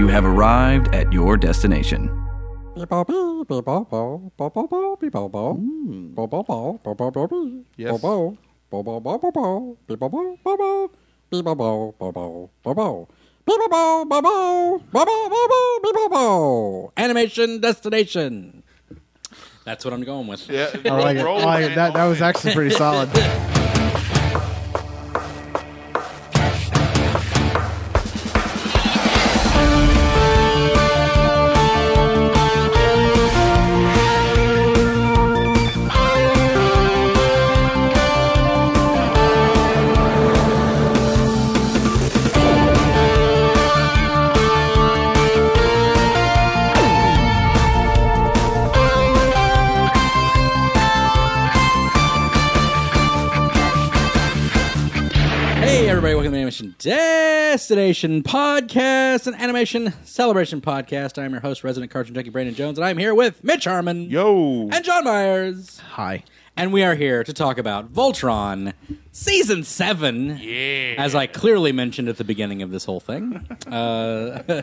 You have arrived at your destination. Yes. Animation destination. That's what I'm going with. Yeah. I like it. I like it. That, that was actually pretty solid. Hey, everybody, welcome to the Animation Destination Podcast, an animation celebration podcast. I'm your host, resident cartoon junkie Brandon Jones, and I'm here with Mitch Harmon Yo. and John Myers. Hi. And we are here to talk about Voltron Season 7. Yeah. As I clearly mentioned at the beginning of this whole thing. Uh, I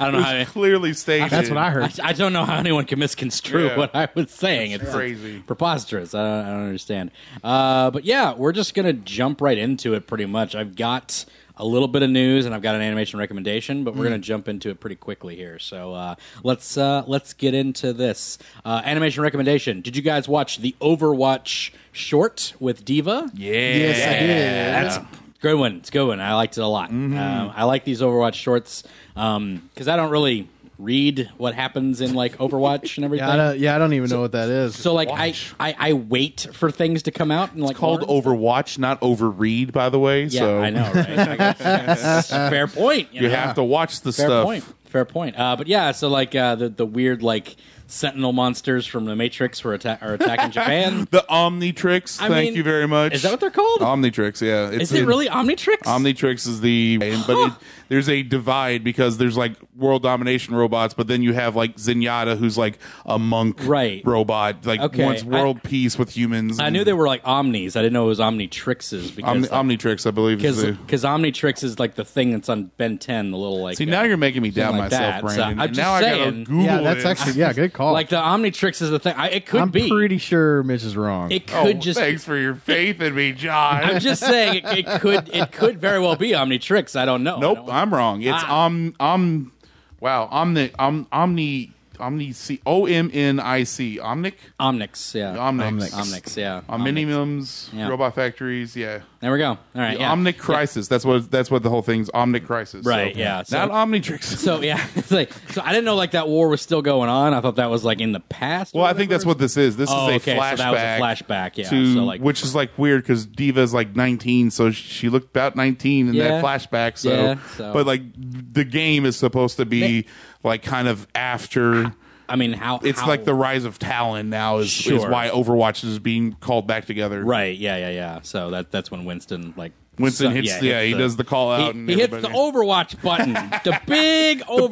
don't know how. I- Clearly stated. That's what I heard. I, I don't know how anyone can misconstrue Yeah. what I was saying. It's crazy. it's preposterous. I don't, I don't understand. Uh, but yeah, we're just gonna jump right into it. Pretty much, I've got a little bit of news and I've got an animation recommendation, Mm. but we're gonna jump into it pretty quickly here. So uh, let's uh, let's get into this uh, animation recommendation. Did you guys watch the Overwatch short with Diva? Yeah. Yes, I did. That's a good one. It's a good one. I liked it a lot. Mm-hmm. Um, I like these Overwatch shorts because I don't really read what happens in like Overwatch and everything. Yeah, I don't, yeah, I don't even know what that is. so like I, I I wait for things to come out and like Called learn. Overwatch, not Overread, by the way. Yeah, so I know. Right? I guess that's a fair point. You know? have to watch the Fair stuff. point. Fair point. Uh, but yeah, so like uh, the the weird like Sentinel monsters from the Matrix were atta- are attacking Japan. The Omnitrix. I thank mean, you very much. Is that what they're called? Omnitrix? Yeah. It's is it in- really Omnitrix? Omnitrix is the but it, there's a divide because there's like world domination robots, but then you have like Zenyatta, who's like a monk Right. robot, like Okay, wants I- world peace with humans. I knew they were like Omnis. I didn't know it was Omnitrixes because Omni- like, Omnitrix, I believe. because Is the, because Omnitrix is like the thing that's on Ben Ten, the little like see, now uh, you're making me doubt like myself, that, so Brandon. I'm And just now I gotta saying. Google yeah, that's this. actually yeah, good call. like the Omnitrix is the thing. I, it could I'm be. pretty sure Mitch is wrong. it Oh, could just. thanks for your faith in me, John. I'm just saying it, it could it could very well be Omnitrix. I don't know. nope, I I'm wrong. It's Ah. om om. Wow, omni om omni omni c o m n i c omnic don't- Omnix. Yeah. omnic Omnix. Yeah. Omnimiums, Yeah. robot factories, yeah. There we go. All right. Yeah. Omnic Crisis. That's what that's what the whole thing's Omnic Crisis. Right, yeah, so- not Omnitrix. So yeah, it's like so I didn't know like that war was still going on. I thought that was like in the past. or well, I think whatever. that's what this is. This Oh, is a okay, so flashback. that was a flashback, yeah, To, so, like- which is like weird because Diva's like 19, so she looked about 19 in Yeah. that flashback. So, Yeah, so- but like the game is supposed to be like kind of after. I mean. How It's how- like the rise of Talon now is, is Sure. why Overwatch is being called back together. Right. Yeah. Yeah. Yeah. So that that's when Winston like Winston so- hits. Yeah, he does the call out. He, and he hits the everybody- Overwatch button, the big Overwatch.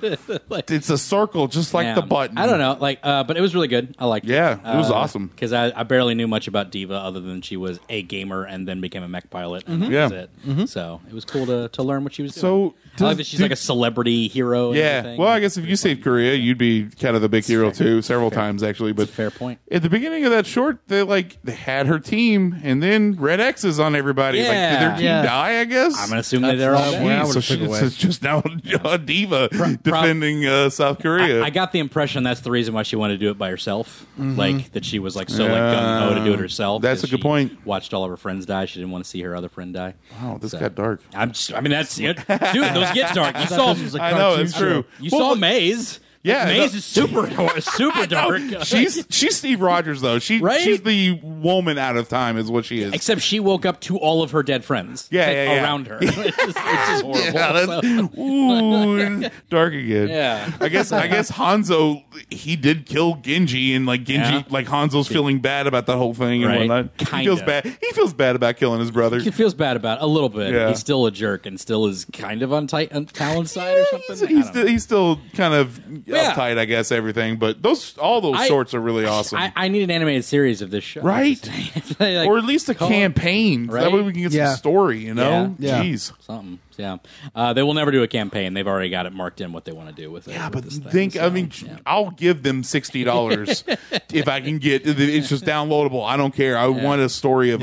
Big button. O. it's a circle, just like the Yeah. button. I don't know, like, uh, but it was really good. I liked Yeah, it. it was awesome. because I, I barely knew much about Diva other than she was a gamer and then became a mech pilot. And that Mm-hmm. Yeah. was it. So it was cool to, to learn what she was doing. So, I like does- that she's do- like a celebrity hero. And Yeah. everything. Well, I guess if you saved Korea, you'd be kind of the big hero too, several times actually. But It's a fair point. At the beginning of that short, they like they had her team, and then red X's on everybody. Like, did their Yeah. team Yeah. die? I guess. I'm gonna assume that they're That's all. not dead. what I Jeez, would've so she, took away. it's just now a diva defending uh, South Korea. I, I got the impression that's the reason why she wanted to do it by herself. Like that she was like so like gung ho to do it herself. Mm-hmm. That's 'cause a good she point. Watched all of her friends die. She didn't want to see her other friend die. wow, Oh, this So- got dark. I'm just, I mean, that's it. Dude, those get dark. You saw, this was a I know it's cartoon true. you Well, saw Maze. Yeah, Maze no- is super, super dark. She's she's Steve Rogers though. She Right? she's the woman out of time is what she is. Except she woke up to all of her dead friends. Yeah, like, yeah, yeah. around her. It's just- it's just horrible. Yeah, that's, ooh, it's dark again. Yeah. I guess I guess Hanzo he did kill Genji and like Genji Yeah. like Hanzo's feeling bad about the whole thing and Right. whatnot. He Kinda. feels bad. He feels bad about killing his brother. He feels bad about it, a little bit. Yeah. He's still a jerk and still is kind of on, tight, on Talon's side or something. He's, I he's, don't know. still, he's still kind of Yeah. uptight, I guess. Everything, but those all those I- shorts are really awesome, I, I need an animated series of this show. Right. Like, or at least a call- campaign. That Right? way we can get Yeah. some story. You know, Yeah. Yeah. jeez. Something. Yeah, uh, they will never do a campaign. They've already got it marked in what they want to do with it. Yeah, with but this thing, think I so, mean yeah. I'll give them sixty dollars if I can get it's just downloadable. I don't care. I want a story of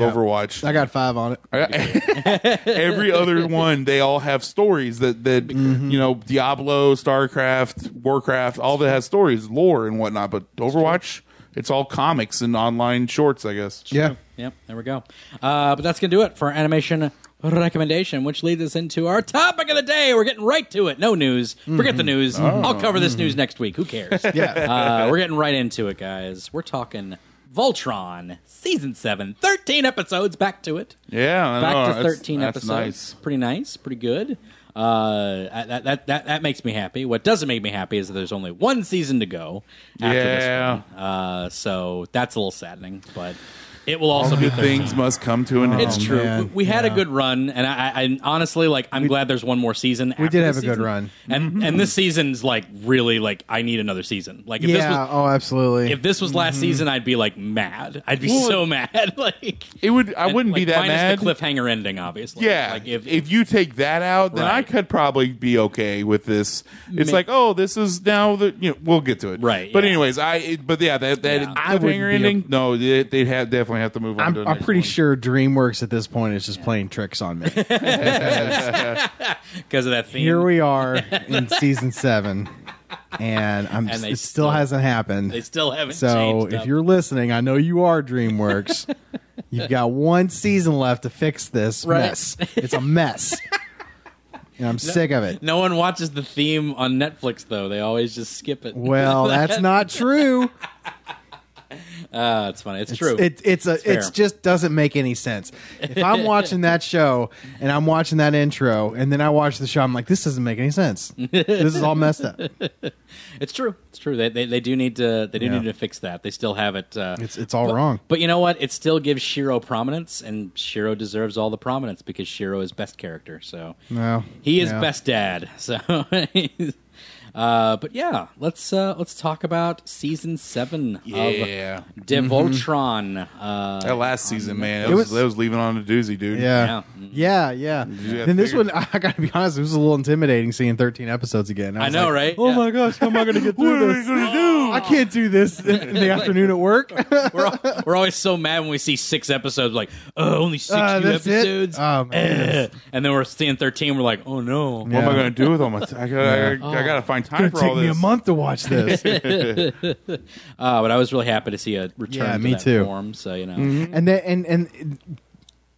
Overwatch. I got five on it. Every other one, they all have stories that that you know Diablo, StarCraft, Warcraft, all that has stories, lore and whatnot. But Overwatch, it's all comics and online shorts, I guess. Yeah. Yep, there we go. Uh, but that's going to do it for our animation recommendation, which leads us into our topic of the day. We're getting right to it. No news. Forget the Mm-hmm. news. Oh. I'll cover this news next week. Who cares? Yeah. Uh, we're getting right into it, guys. We're talking Voltron, Season 7, 13 episodes. Back to it. Yeah, I know. Back to Oh, That's- 13 that's episodes. nice. Pretty nice. Pretty good. Uh, that, that, that, that makes me happy. What doesn't make me happy is that there's only one season to go after Yeah. this one. Uh, so that's a little saddening, but it will also be Good things must come to an end. it's true. Oh, man. We, we had a good run, and I, I and honestly, like, I'm glad there's one more season. We did have a good run. Mm-hmm. and and this season's like really like I need another season. Like, if this yeah. Mm-hmm. was oh, absolutely. if this was last season, I'd be like mad. I'd be so mad. like, It would. I wouldn't like, be that minus mad. The cliffhanger ending, obviously. Yeah, Like if, if, you take that out, then I Right. could probably be okay with this. It's Ma- like, oh, this is now the you know we'll get to it, Right, But yeah. anyways, I it- but yeah, that that Yeah. I wouldn't cliffhanger be ending. no, they, they have definitely have to move on. to I'm, the I'm next pretty one. sure DreamWorks at this point is just playing tricks on me. because of that theme. Here we are in season seven, and I'm And they it still- still hasn't happened. they still haven't. So changed if up. you're listening, I know you are DreamWorks. You've got one season left to fix this Right. mess. It's a mess. and I'm sick of it. no one watches the theme on Netflix though. They always just skip it. Well, that's not true. Ah, it's funny. It's, true. It, it's a fair. it's just doesn't make any sense. If I'm watching that show and I'm watching that intro and then I watch the show, I'm like, this doesn't make any sense. This is all messed up. It's true. It's true. They, they, they do need to they do Yeah. need to fix that. They still have it. Uh, It's it's all but- wrong. But you know what? It still gives Shiro prominence, and Shiro deserves all the prominence because Shiro is best character. So No, he is Yeah. best dad. So, uh, but yeah, let's uh, let's talk about season seven Yeah. of Devoltron. Mm-hmm. Uh, That last season, man, it, It was, was- that was leaving on a doozy, dude. Yeah. Yeah. Mm-hmm. Yeah, yeah. Yeah, Then this figure- one, I gotta be honest, it was a little intimidating seeing 13 episodes again. I was know, like, right? Oh Yeah. my gosh, how am I gonna get What through are we this? gonna do? I can't do this in the afternoon at work. we're, al- we're always so mad when we see six episodes. Like, oh, only six Ah, new that's it? episodes. Oh, my Eh. and then we're seeing thirteen. We're like, oh no. What am I Yeah. going to do with all my? T- I gotta, I, I gotta find time It's for gonna all take me this. a month to watch this. Uh, but I was really happy to see a return. Yeah, to me that too. Mm-hmm. Form, so you know, and then and and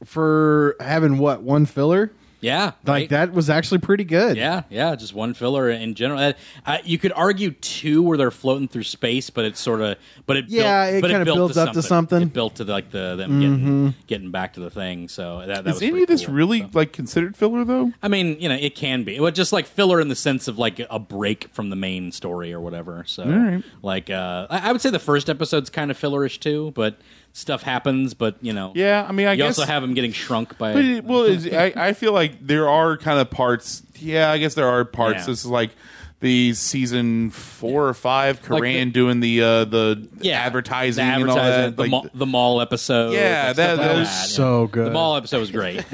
for having what one filler yeah, like right? that was actually pretty good. Yeah, yeah, just one filler in general. Uh, Uh, you could argue two where they're floating through space, but it's sort of, but it Yeah, built, it but kinda built builds up to something. Mm-hmm. It built to like the them getting getting back to the thing. So that, that Is was any pretty of this cool, really so. like considered filler though? I mean, you know, it can be. Well, just like filler in the sense of like a break from the main story or whatever. So, like, uh, I, I would say the first episode's kind of fillerish too, but stuff happens. But you know, Yeah, I mean, I you guess. also have them getting shrunk by. but it, well, it's, I, I feel like there are kind of parts. Yeah, I guess there are parts. Yeah. This is like the season four or five. Karan Like the- doing the uh, the yeah, advertising, the and all that. the, like, mall, the mall episode. Yeah, like, that- stuff like that was yeah. so good. The mall episode was great.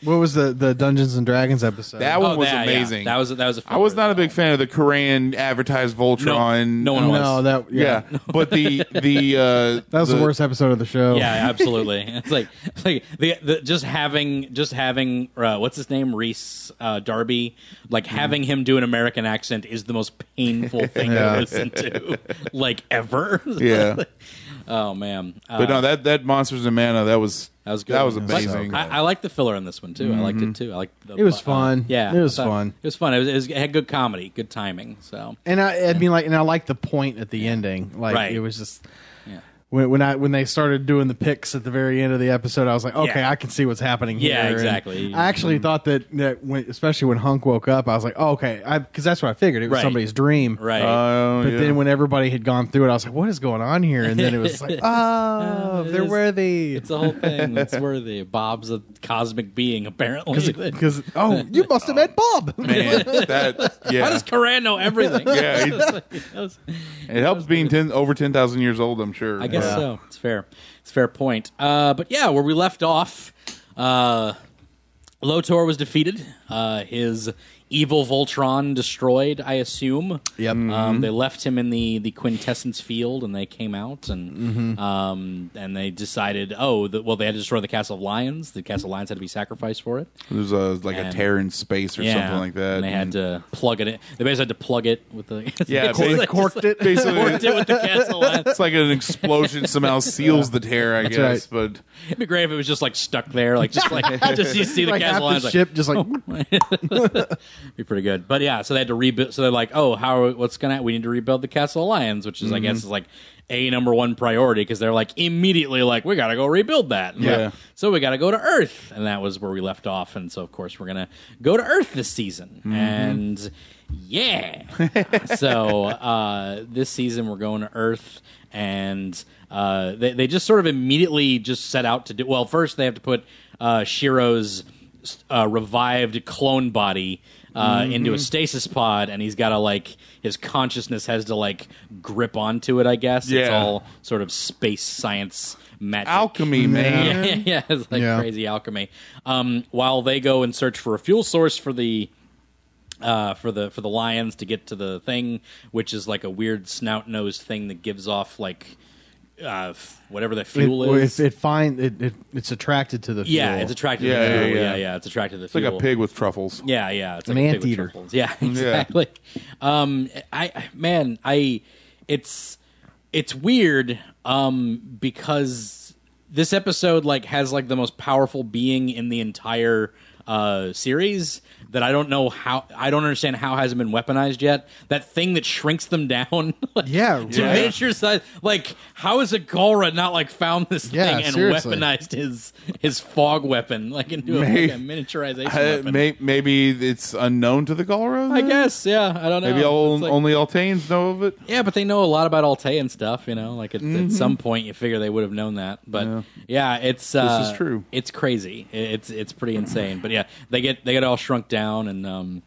What was the the Dungeons and Dragons episode? that one Oh, was that, yeah. amazing. That was that was. A I was not a big fan of the Koran advertised Voltron. No, no one Uh, was. no, that yeah. Yeah, but the the uh, That was the, worst episode of the show. Yeah, absolutely. It's like it's like the, the just having just having uh, what's his name Reese uh, Darby like Mm-hmm. having him do an American accent is the most painful thing to Yeah. listen to like ever. Yeah. oh man. Uh, But no, that that Monsters and Mana that was That was good. That was That was amazing. I, I like the filler in this one too. I liked it too. I liked the, It was uh, fun. yeah, It was I thought- fun. It was fun. It, was, it, was, it had good comedy, good timing. So and I, I mean, like, and I like the point at the ending. Like, Right. it was just yeah. when, when I when they started doing the picks at the very end of the episode, I was like, okay, Yeah. I can see what's happening Yeah, here. And exactly. Mm-hmm. I actually thought that that when, especially when Hunk woke up, I was like, oh, okay, because that's what I figured. It was Right. somebody's dream, Right. Oh, But yeah. then when everybody had gone through it, I was like, what is going on here? And then it was like, oh, it they're is- worthy. it's the whole thing. It's worthy. Bob's a cosmic being, apparently. Because oh, you must have met Bob. man, that yeah. How does Koran know everything? yeah, it- That was- it helps being ten, over ten thousand years old. I'm sure. I guess Yeah. so. It's fair. It's a fair point. Uh, but yeah, where we left off, uh, Lotor was defeated. Uh, his evil Voltron destroyed. I assume. Yep. Mm-hmm. Um, they left him in the, the quintessence field, and they came out and Mm-hmm. um, and they decided, oh, the, well, they had to destroy the Castle of Lions. The Castle of Lions had to be sacrificed for it. There's a uh, like a And- tear in space or something like that. And they had to and- plug it in. They basically had to plug it with the Yeah, It's like- they corked it. corked Basically, it with the Castle of Lions. it's like an explosion somehow seals the tear, I guess. But It'd be great if it was just like stuck there, like just like just you see the like half Castle of the Lions. Like, ship just like be pretty good. But yeah, so they had to rebuild. So they're like, oh, how? are- What's gonna? We need to rebuild the Castle Alliance, which is, Mm-hmm. I guess, is like a number one priority because they're like immediately like we gotta go rebuild that. And Yeah. like, so we gotta go to Earth, and that was where we left off. And so of course we're gonna go to Earth this season, Mm-hmm. and yeah. so uh, this season we're going to Earth. And uh, they, they just sort of immediately just set out to do. Well, first they have to put uh, Shiro's uh, revived clone body uh, Mm-hmm. into a stasis pod, and he's got to like his consciousness has to like grip onto it. I guess it's Yeah. all sort of space science magic alchemy, man. yeah, yeah, it's like Yeah. crazy alchemy. Um, while they go and search for a fuel source for the uh, for the for the lions to get to the thing, which is like a weird snout nosed thing that gives off like uh, f- whatever that it, fuel is. it, it find it, it it's attracted to the fuel. yeah, it's attracted Yeah, to the yeah, fuel. Yeah, yeah, yeah. It's attracted to the It's like fuel. a pig with truffles. Yeah, yeah, it's An like a pig with anteater. truffles. Yeah, exactly. Um, I I- man, I it's it's weird um because this episode like has like the most powerful being in the entire uh series that I don't know how I don't understand how hasn't been weaponized yet. That thing that shrinks them down. like, Yeah, to right. miniature size. Like, how is a Galra not like found this Yeah, thing and seriously. weaponized his his fog weapon like into a, like, May- a miniaturization? Uh, weapon? may, maybe it's unknown to the Galra. I then? guess, yeah. I don't know. Maybe It's all, like- only Altanes know of it. Yeah, but they know a lot about Altae and stuff, you know. Like at, Mm-hmm. at some point, you figure they would have known that. But yeah, it's uh, is true. It's crazy. It- It's it's pretty insane. But yeah, they get they get all shrunk down, and um,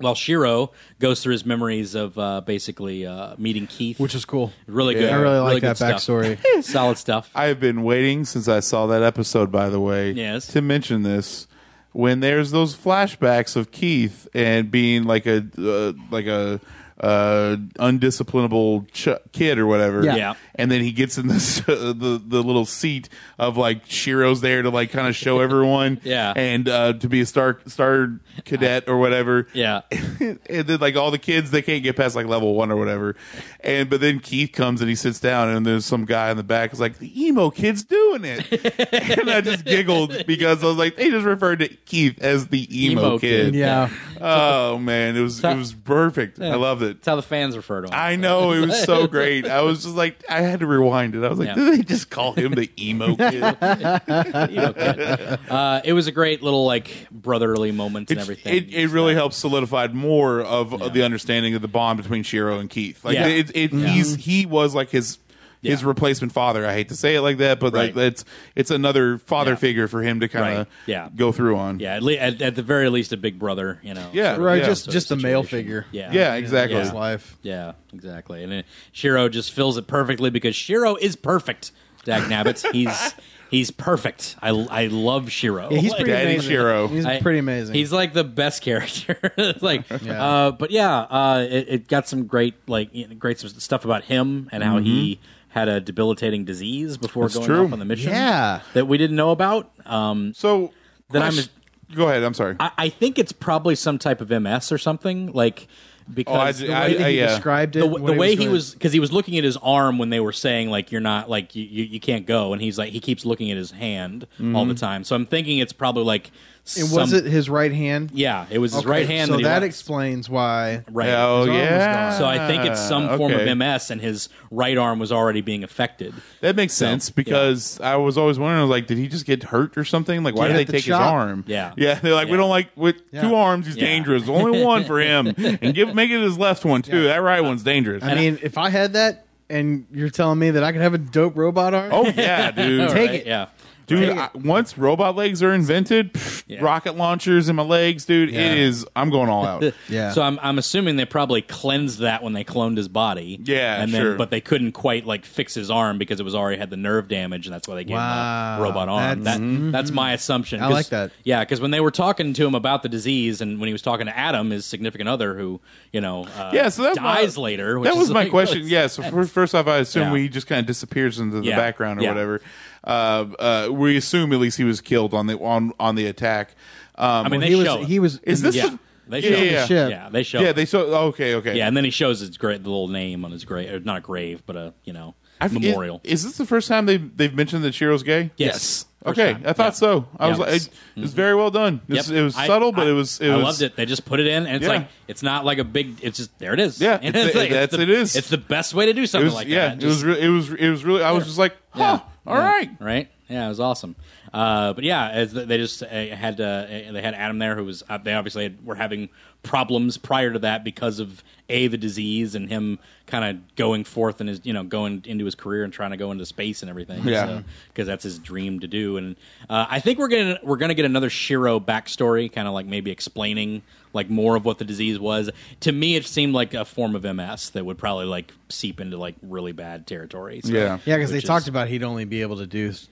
well, Shiro goes through his memories of uh, basically uh, meeting Keith, which is cool. really good. Yeah. I really like good stuff. that backstory. Solid stuff. I have been waiting since I saw that episode, by the way, Yes. to mention this. When there's those flashbacks of Keith and being like a uh, like a uh, undisciplinable ch- kid or whatever, Yeah. Yeah. and then he gets in this the the little seat of like Shiro's there to like kind of show everyone, Yeah. and uh, to be a star star cadet or whatever, yeah. and then like all the kids they can't get past like level one or whatever and but then keith comes and he sits down and there's some guy in the back is like the emo kid's doing it and i just giggled because i was like they just referred to keith as the emo, Emo kid, kid. Yeah. oh man it was it was perfect i loved it That's how the fans refer to him. I know it was so great. I was just like, I had to rewind it. I was like, Yeah. did they just call him the emo kid? Uh, it was a great little like brotherly moment and It's- everything. It, it really helps solidified more of of the understanding of the bond between Shiro and Keith. Like Yeah. it, it, he's he was like his his Yeah. replacement father. I hate to say it like that, but like Right. it's it's another father Yeah. figure for him to kind of Right. Yeah. go through on. yeah, at, le- at, at the very least, a big brother. You know. Yeah, Right, yeah. just So just the male situation. figure. Yeah. Yeah, exactly. His Yeah. life. Yeah, exactly. And it, Shiro just fills it perfectly because Shiro is perfect. Dag Nabbit, he's he's perfect. I, I love Shiro. Yeah, he's Like, pretty Daddy amazing. Shiro. He's I- pretty amazing. He's like the best character. It's like, Yeah. uh, but yeah, uh, it, it got some great like you know, great s- stuff about him and how Mm-hmm. he had a debilitating disease before That's going true. off on the mission. Yeah. that we didn't know about. Um, So Then I'm quest- go ahead. I'm sorry. I, I think it's probably some type of MS or something like because Oh, I- the way that he yeah. described it. the, what the way he going- was because he was looking at his arm when they were saying like you're not like you, you, you can't go and he's like he keeps looking at his hand all the time so i'm thinking it's probably like And some, was it his right hand? yeah it was his Okay, right hand So that, he that lost. explains why. right oh His arm was yeah. gone. so i think it's some form Okay. of ms and his right arm was already being affected That makes sense because I was always wondering, I was like, did he just get hurt or something? Like, why Yeah. did The they take his chop. arm? Yeah. yeah. They're like, we Yeah. don't like with Yeah. two arms. He's Yeah. dangerous. Only one for him, and give make it his left one too. That Uh, right one's dangerous. I mean, if I had that, and you're telling me that I could have a dope robot arm, oh yeah, dude. Take Right, it. yeah dude. I, once robot legs are invented, pfft, Yeah. rocket launchers in my legs, dude. Yeah. It is. I'm going all out. Yeah. So I'm I'm assuming they probably cleansed that when they cloned his body. Yeah, And then sure. but they couldn't quite like fix his arm because it was already had the nerve damage and that's why they gave him Wow, a robot arm. that's- that, Mhm. that's my assumption. I 'Cause- like that. Yeah, because when they were talking to him about the disease and when he was talking to Adam, his significant other, who you know, uh, yeah, so that's dies my, later. Which That was is my like, question. really- yeah, so fir- first off, I assume Yeah. he just kind of disappears into the Yeah. background or Yeah. whatever. Uh, uh, we assume at least he was killed on the on on the attack. Um, I mean, he they show was. it. He was. is this? yeah, the- they yeah, show it. yeah, yeah. yeah, they show yeah, it. they saw. Okay, okay. yeah, and then he shows his great the little name on his grave, or not a grave, but a you know I've- is- memorial. Is, this the first time they've they've mentioned that Shiro's gay? Yes. First Okay, time. I thought Yeah. so. I was Yeah. Mm-hmm. like, it, it was very well done. It was, Yep. it was I- subtle, but I- it was. It I was, loved it. They just put it in, and it's Yeah. like it's not like a big. It's just there it is. Yeah, And it's- it's like, that's- it's the, it is. It's the best way to do It something was like yeah. that. it was. Just- Re- it was. It was really. I was just like, huh. All yeah. right. right. Yeah, it was awesome. Uh, but yeah, as th- they just uh, had uh, uh, they had Adam there, who was uh, they obviously had, were having problems prior to that because of a the disease and him kind of going forth and his you know going into his career and trying to go into space and everything. Yeah. because that's his dream to do. And uh, I think we're gonna we're gonna get another Shiro backstory, kind of like maybe explaining like more of what the disease was. To me, it seemed like a form of MS that would probably like seep into like really bad territory. So, Yeah. Yeah, because they which is- talked about he'd only be able to do s-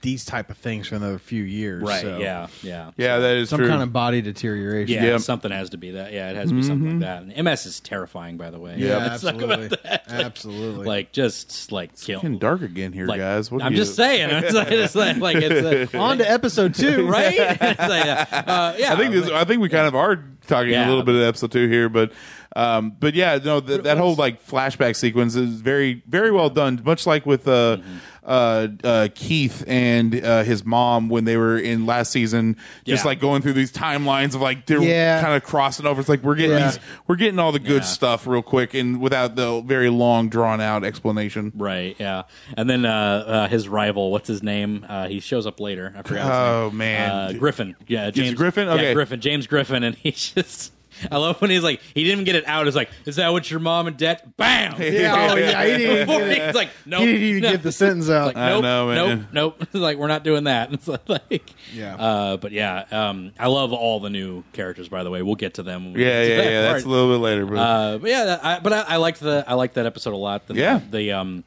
these type of things for another few years. Right. so- Yeah. Yeah. Yeah, that is Some true. kind of body deterioration. Yeah, Yep. something has to be that. Yeah, it has to be Mm-hmm. something like that. And MS is terrifying, by the way. Yeah, Let's talk about absolutely. Absolutely. Like just like kill. Getting dark again here, Like, guys. What do I'm you- just saying. It's like, it's like, like it's uh, on to episode two. right. It's like, uh, yeah, I think this, I think we kind of are talking Yeah. a little bit of episode two here, but um, but yeah, no, th- that whole like flashback sequence is very very well done. Much like with uh, Mm-hmm. uh, uh, Keith and uh, his mom when they were in last season, just Yeah. like going through these timelines of like they're Yeah. kind of crossing over. It's like we're getting Yeah. these, we're getting all the good Yeah. stuff real quick and without the very long drawn out explanation. Right, yeah, and then uh, uh, his rival, what's his name? Uh, he shows up later. I forgot. his Oh, name. man. uh, Griffin. Yeah, James Griffin? yeah, Okay. Griffin. James Griffin, and he's just. I love when he's like, he didn't get it out. It's like, is that what your mom and dad? Bam! Yeah, oh, yeah, he didn't even Before get, he's like, no, he didn't even no. get the sentence out. It's like, I nope, know, nope, man. nope. It's like we're not doing that. It's like, Yeah. Uh, but yeah, um, I love all the new characters. By the way, we'll get to them. When we Yeah, get to yeah, that yeah. part. That's a little bit later, but Uh, but yeah, that- I, but I, I liked the I liked that episode a lot. The, Yeah. The um,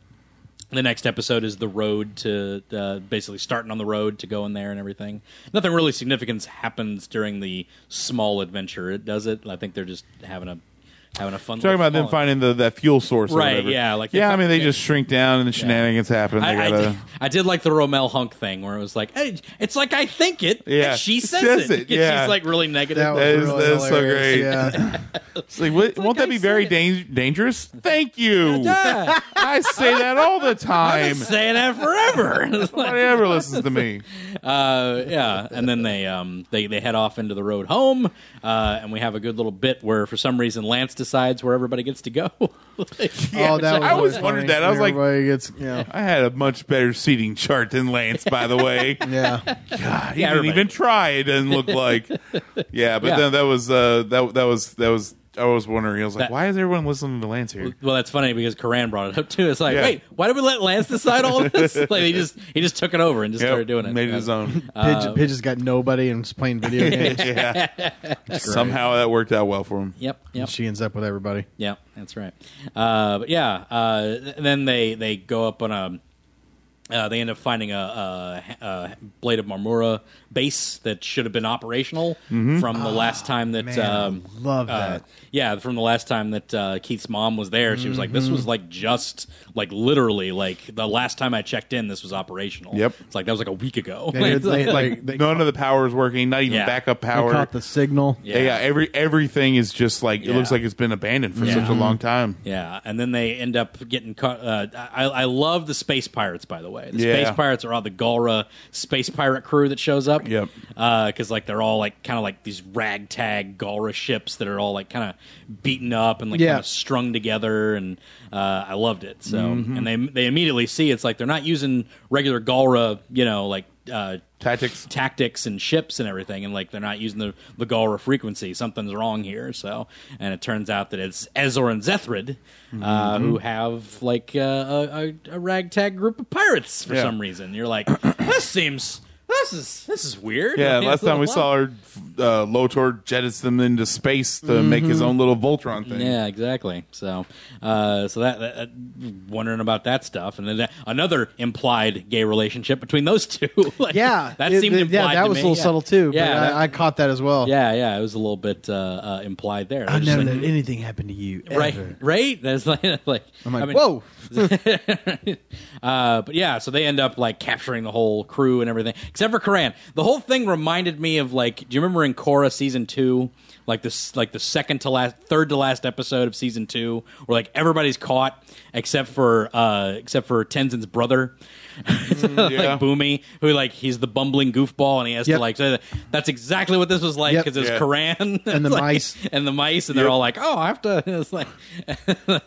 the next episode is the road to uh, basically starting on the road to go in there and everything. Nothing really significant happens during the small adventure. It does it. I think they're just having a having a fun. talking little about them small- finding the that fuel source, or Right, whatever. yeah, like they yeah. I mean, they found- just shrink down and the shenanigans happen. They I, I gotta. did, I did like the Romel Hunk thing where it was like, hey, it's like I think it. Yeah. And she says, Says it, it. yeah. She's like really negative. that was That is- really that is so hilarious. great. Yeah. It's like, what, like won't that I be very said dang, dangerous? Thank you. Yeah. I say that all the time. saying that forever. It's like- Nobody ever listens to me. uh, yeah, and then they um, they they head off into the road home, uh, and we have a good little bit where for some reason Lance decides where everybody gets to go. Like, oh, that was I always really wondered funny. that. I was like- Everybody gets, yeah. I had a much better seating chart than Lance, by the way. Yeah. God, he Yeah, didn't everybody- even try. It doesn't look like. Yeah, but Yeah. then that was uh, that that was that was. I was wondering. I was like, That- why is everyone listening to Lance here? Well, that's funny because Coran brought it up too. It's like, Yeah. wait, why did we let Lance decide all this? like he just he just took it over and just Yep, started doing it. Made it his own. Pidge, Um, Pidge has got nobody and is playing video games. yeah. Somehow that worked out well for him. Yep, yep. and she ends up with everybody. Yeah, that's right. Uh, but yeah, uh, and then they they go up on a. Uh, they end up finding a, a, a blade of Marmura base that should have been operational Mm-hmm. from the last time that. man, I um, love uh, that. yeah, from the last time that uh, Keith's mom was there, she was like, "This Mm-hmm. was like just like literally like the last time I checked in, this was operational." Yep. It's like that was like a week ago. They, It's they, like- like, they, None of the power is working. Not even Yeah. backup they power. caught the signal. Yeah. every everything is just like it Yeah. looks like it's been abandoned for Yeah. Mm-hmm. such a long time. Yeah, and then they end up getting caught. Uh, I, I love the space pirates, by the way. The Yeah. space pirates are all the Galra space pirate crew that shows up. Yep. Because like they're all like kind of like these ragtag Galra ships that are all like kind of beaten up and like Yeah. kind of strung together, and uh, I loved it. So Mm-hmm. and they they immediately see it's like they're not using regular Galra, you know, like. Uh, Tactics. tactics and ships and everything and like they're not using the, the Galra frequency something's wrong here so and it turns out that it's Ezor and Zethrid uh, Mm-hmm. who have like uh, a, a, a ragtag group of pirates for Yeah. some reason you're like this seems this is this is weird. Yeah, last time we saw her, uh, Lotor jets them into space to make his own little Voltron thing. Mm-hmm. Yeah, exactly. So, uh, so that, that, that wondering about that stuff, and then that, another implied gay relationship between those two. Like, Yeah, that it- seemed it- implied. Yeah, that to was me. a little subtle too. Yeah, but that- I, I caught that as well. Yeah, yeah, it was a little bit uh, uh, implied there. I They're just never like, let anything happen to you. right, ever. right. That's like, like I'm like, I mean, whoa. uh, but yeah, so they end up like capturing the whole crew and everything, except for Karan. The whole thing reminded me of like, do you remember in Korra season two, like this, like the second to last, third to last episode of season two, where like everybody's caught except for uh except for Tenzin's brother, yeah. like Boomy, who like he's the bumbling goofball and he has Yep. to like. Say that. That's exactly what this was like Yep. because it was Yeah. Karan And the Like, mice. and the mice, and they're all like, "Oh, I have to." It's like,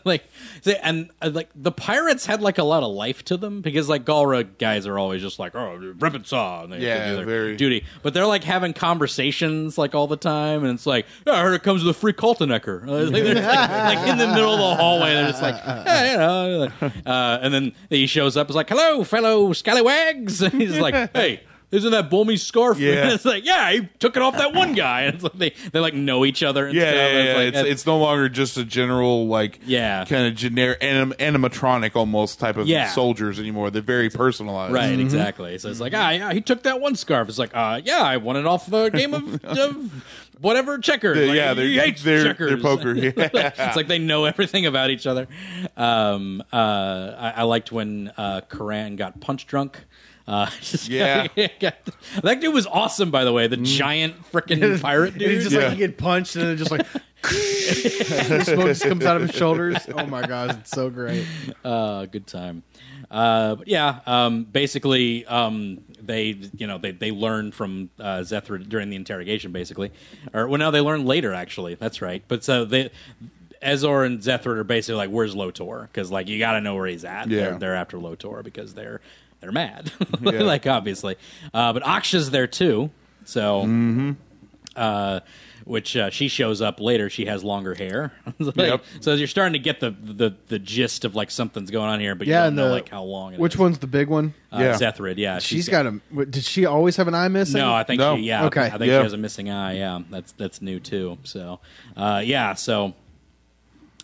like, see, and uh, like the pirates had like a lot of life to them because like Galra guys are always just like, "Oh, rip and saw," and they Yeah, do their very- duty. But they're like having conversations like all the time, and it's like, "Yeah, I heard it comes with a free Kaltenecker. Uh, Like, they're just, like, like in the middle of the hallway, they're just like, "Yeah, you know," uh, and then he shows up, is like, "Hello, fellow scallywags," and he's like, "Hey." Isn't that Bulmy scarf? Yeah. it's like, yeah, he took it off that one guy. And it's like they, they like know each other and Yeah, stuff. yeah, yeah, It's yeah. like, it's, that's- it's no longer just a general like Yeah. kind of generic anim- animatronic almost type of Yeah. soldiers anymore. They're very personalized. Right, exactly. So it's like, ah, yeah, he took that one scarf. It's like, uh, yeah, I won it off a game of, of whatever checkers. They- Like, yeah, he they're, hates they're, checkers. they're poker. Yeah. it's like they know everything about each other. Um, uh, I, I liked when uh, Karan got punch drunk. Uh, just- Yeah. that dude was awesome. By the way, the giant freaking pirate dude. He's Mm. just Yeah. like, you get punched, and then just like, the smoke just comes out of his shoulders. Oh my gosh, it's so great. uh, good time. Uh, but yeah, um, basically, um, they you know they they learn from uh, Zethra during the interrogation, basically, or well, no, they learn later actually. That's right. But so they. Ezor and Zethra are basically like, "Where's Lotor?" Because like you got to know where he's at. Yeah. They're, they're after Lotor because they're they're mad, Yeah. like obviously. Uh, but Aksha's there too, so Mm-hmm. uh, which uh, she shows up later. She has longer hair, Like, Yep. so you're starting to get the, the the gist of like something's going on here, but you Yeah, don't and know the- like how long. it Which is. one's the big one? Uh, Yeah. Zethrid. Yeah, she's got a. w- Did she always have an eye missing? No, I think No. she. Yeah, Okay. I think Yeah. she has a missing eye. Yeah, that's that's new too. So, uh, yeah, so.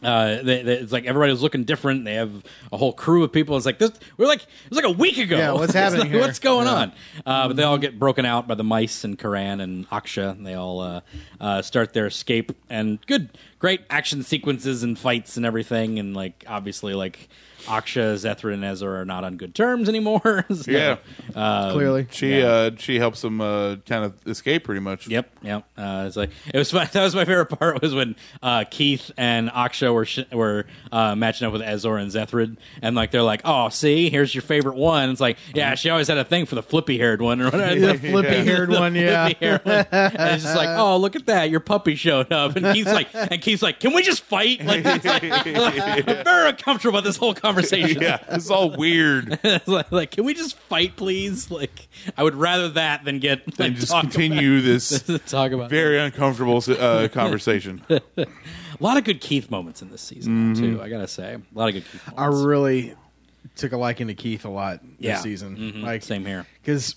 Uh, they, they, it's like everybody was looking different. They have a whole crew of people. It's like this. We're like it was like a week ago. Yeah, what's It's happening like, here? What's going on? Uh, but they all get broken out by the mice and Karan and Aksha. And they all uh, uh, start their escape and good, great action sequences and fights and everything. And like obviously, like Aksha, Zethrin, and Ezra are not on good terms anymore. So, Yeah. clearly. She uh, she helps him uh, kind of escape pretty much. Yep, yep. Uh, it's like it was. Fun. That was my favorite part was when uh, Keith and Aksha were sh- were uh, matching up with Ezor and Zethrid, and like they're like, "Oh, see, here's your favorite one." It's like, Mm-hmm. yeah, she always had a thing for the flippy haired one or whatever. The flippy haired The one, yeah. flippy haired one. And it's just like, oh, look at that, your puppy showed up, and Keith's like, and Keith's like, can we just fight? Like, it's like, I'm very uncomfortable with this whole conversation. Yeah, this is all weird. It's like, like, can we just fight, please? Like, I would rather that than get like, And just talk continue this About, talk about very uncomfortable uh, conversation. A lot of good Keith moments in this season too. I gotta say, a lot of good Keith Mm-hmm. I moments. really took a liking to Keith a lot this Yeah. season. Mhm. Like Same here. because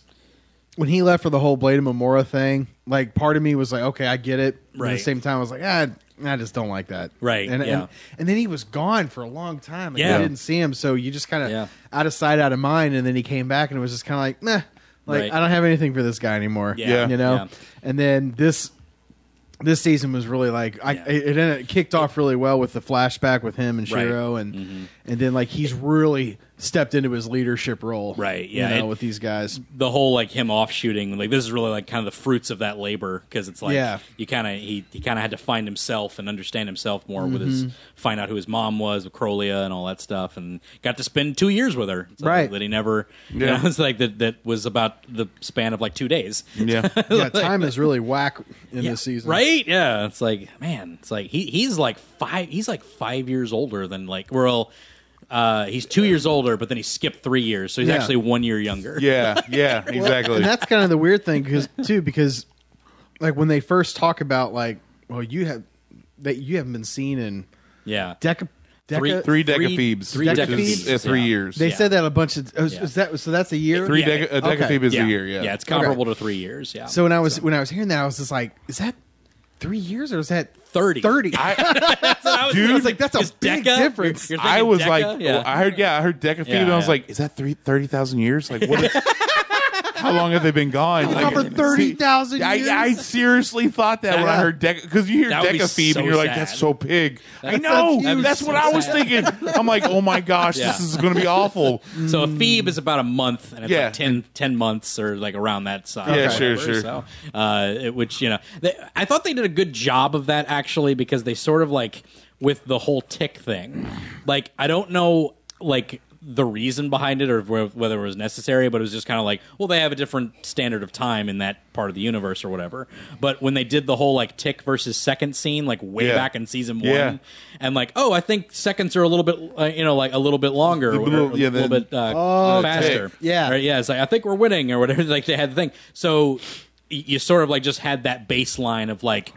when he left for the whole Blade of Memora thing, like part of me was like, okay, I get it. But At Right. the same time, I was like, ah, I just don't like that. Right, And yeah. and, and then he was gone for a long time. Like, Yeah. You didn't see him, so you just kind of Yeah. out of sight, out of mind. And then he came back, and it was just kind of like, meh. Like Right. I don't have anything for this guy anymore. Yeah. You know. Yeah. And then this. This season was really like I, Yeah. it, it ended- it kicked off really well with the flashback with him and Right. Mm-hmm. Shiro and and then like he's really stepped into his leadership role Right, you yeah, know, it- with these guys The whole like him off shooting, like this is really like kind of the fruits of that labor because it's like Yeah. you kind of he, he kind of had to find himself and understand himself more with his Mm-hmm. find out who his mom was with Crolia and all that stuff, and got to spend two years with her. It's like, Right. that he never. Yeah, Yeah. it's like that that was about the span of like two days. Yeah. yeah time is really whack in this season Right? Yeah. It's like, man, it's like he he's like five he's like five years older than like well uh he's two years older, but then he skipped three years, so he's Yeah. actually one year younger. Yeah, yeah, exactly. and that's kind of the weird thing because too because like when they first talk about like well you have that you haven't been seen in Yeah. deca- Three- Deca- Three Three- decaphibes. three which is, decaphibes, uh, three yeah. years. They Yeah. said that a bunch of. oh, is- Yeah. is that so? That's a year. Three Yeah. deca- a decaphibe Okay. is a year. Yeah. it's comparable to three years. Yeah. So when I was when I was hearing that, I was just like, is that three years or is that 30. Thirty. That's what I was Dude, thinking. it's like, that's a Is big Deca- difference. you're- you're I thinking was Deca? like, Yeah. I heard, yeah, I heard decaphibe, Yeah, and I was yeah. like, is that three, 30,000 years? Like, what is, how long have they been gone? gone Like, for 30,000 I- years? I, seriously thought that when I Yeah. heard deca, because you hear That would be decaphibe so and you're like, sad. that's so big. I That know. sounds huge. That's what I was Sad. thinking. I'm like, oh my gosh, Yeah. this is going to be awful. So a phoebe is about a month, and it's Yeah. like 10, 10 months or like around that size. Yeah, or sure, whatever. sure. So, uh, it- which you know, they, I thought they did a good job of that actually because they sort of like with the whole tick thing. Like I don't know, like the reason behind it or wh- whether it was necessary but it was just kind of like well they have a different standard of time in that part of the universe or whatever but when they did the whole like tick versus second scene like way Yeah. back in season one Yeah. and like oh i think seconds are a little bit uh, you know like a little bit longer or, little- a yeah, little the- bit uh, Oh, faster. tick. Yeah. Right, yeah. It's like I think we're winning or whatever. Like they had the thing. So y- you sort of like just had that baseline of like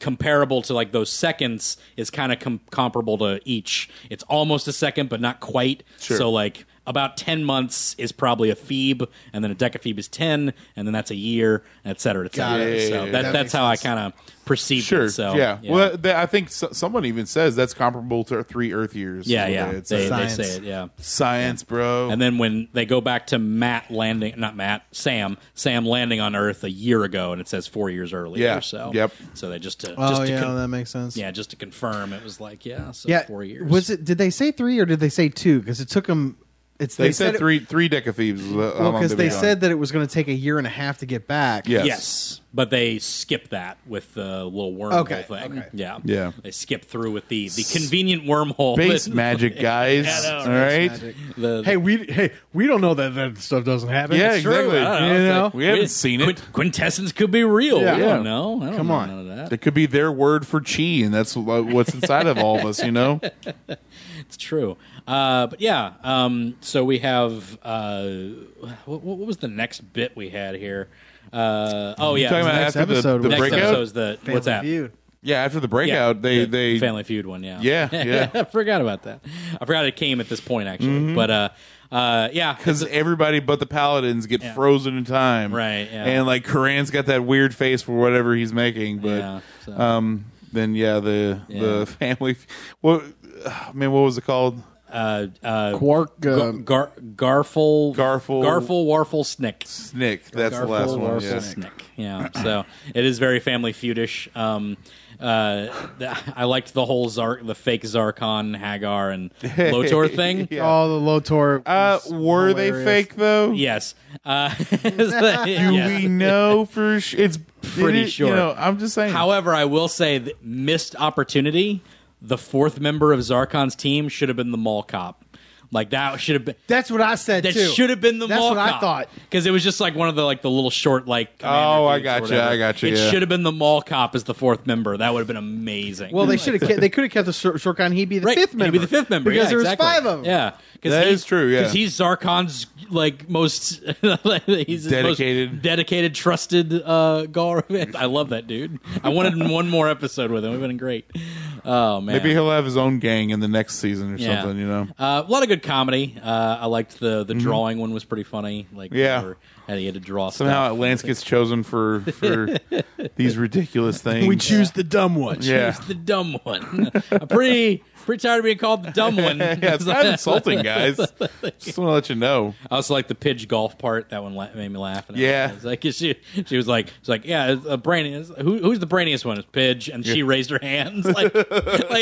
comparable to like those seconds is kind of com- comparable to each. It's almost a second, but not quite. Sure. So like about ten months is probably a phoebe, and then a decaphoebe is ten, and then that's a year, et cetera, et Got cetera. it. Yeah, so yeah, yeah. that, That that's makes how I kind of perceived Sure. it. So yeah. Well, that, I think so, someone even says that's comparable to three Earth years. yeah, So yeah. It's They, they uh, Science. say it. Yeah. science, bro. And then when they go back to Matt landing, not Matt, Sam, Sam landing on Earth a year ago, and it says four years earlier. Yeah. So, Yep. So they just to, just Oh to yeah, con- that makes sense. yeah, just to confirm, it was like yeah, so yeah. four years. Was it? Did they say three or did they say two? Because it took them. It's they, they, said, it- three three decaphibes. Well, because they said that it was going to take a year and a half to get back. Yeah. Yes. Yes. but they skip that with the little wormhole Okay, thing. okay. Yeah, Yeah. They skip through with the the convenient wormhole. Base that- magic, guys. I know, All right. the- Hey, we hey we don't know that that stuff doesn't happen. Yeah, It's true. exactly. I don't know. You know? We haven't seen it. Quint- quintessence could be real. Yeah. I don't Yeah. know. I don't Come know on. none of that. It could be their word for chi, and that's wha- what's inside of all of us, you know? It's true. Uh, but yeah, um, so we have uh, what, what was the next bit we had here? Uh, oh yeah, it was Talking about the next after the, episode the was- next breakout? episode is the what's that? Feud. Yeah, after the breakout, they. the they Family Feud one. Yeah, Yeah, yeah. Mm-hmm. I forgot about that. I forgot it came at this point actually. But uh, uh, yeah, because everybody but the paladins get frozen in time, Right, yeah. And like Karan's got that weird face for whatever he's making, but Yeah, so- um, then yeah, the Yeah. the family. What uh, man? What was it called? uh, uh, Quark. Gar- Uh, Gar- Garful, Garful- Garful, Warful, Snick. Snick. That's the Garful, last one. Garful, yeah. Snick. Nick. Yeah, so it is very family feudish. Um, uh, th- I liked the whole Zark, the fake Zarkon, Hagar, and Lotor thing. Yeah. All the Lotor. Uh, was were they hilarious. fake though? Yes. Uh, Do yeah. we know for sure? It's Pretty it- sure. You know, I'm just saying. However, I will say that missed opportunity. The fourth member of Zarkon's team should have been the mall cop. Like that should have been. That's what I said That too. should have been the That's mall what I cop. thought. because it was just like one of the like the little short like. commander Oh, I dudes or gotcha, whatever. I gotcha, It yeah. should have been the mall cop as the fourth member. That would have been amazing. Well, they should have. kept- They could have kept the short, short con. He'd be the right. fifth and he'd be member. the fifth member because yeah, there was exactly. five of them. Yeah, because That is true, yeah. because he's Zarkon's like most he's his Dedicated. most dedicated, trusted uh, Gar. I love that dude. I wanted one more episode with him. It'd been great. Oh man, Maybe he'll have his own gang in the next season or Yeah. something. You know. Mm-hmm. Uh, a lot of good comedy. Uh, I liked the the drawing one was pretty funny. Like Yeah. whatever, and he had to draw Somehow stuff. Lance gets chosen for for these ridiculous things. the dumb one. Yeah. He's the dumb one. I'm pretty pretty tired of being called the dumb one. yeah, it's not insulting, guys. Just want to let you know. I also like the Pidge golf part. That one la- made me laugh. And Yeah. I was like she, she was like, she's like, yeah, it's a brainiest. Who, who's the brainiest one? It's Pidge, and she raised her hands. Like, like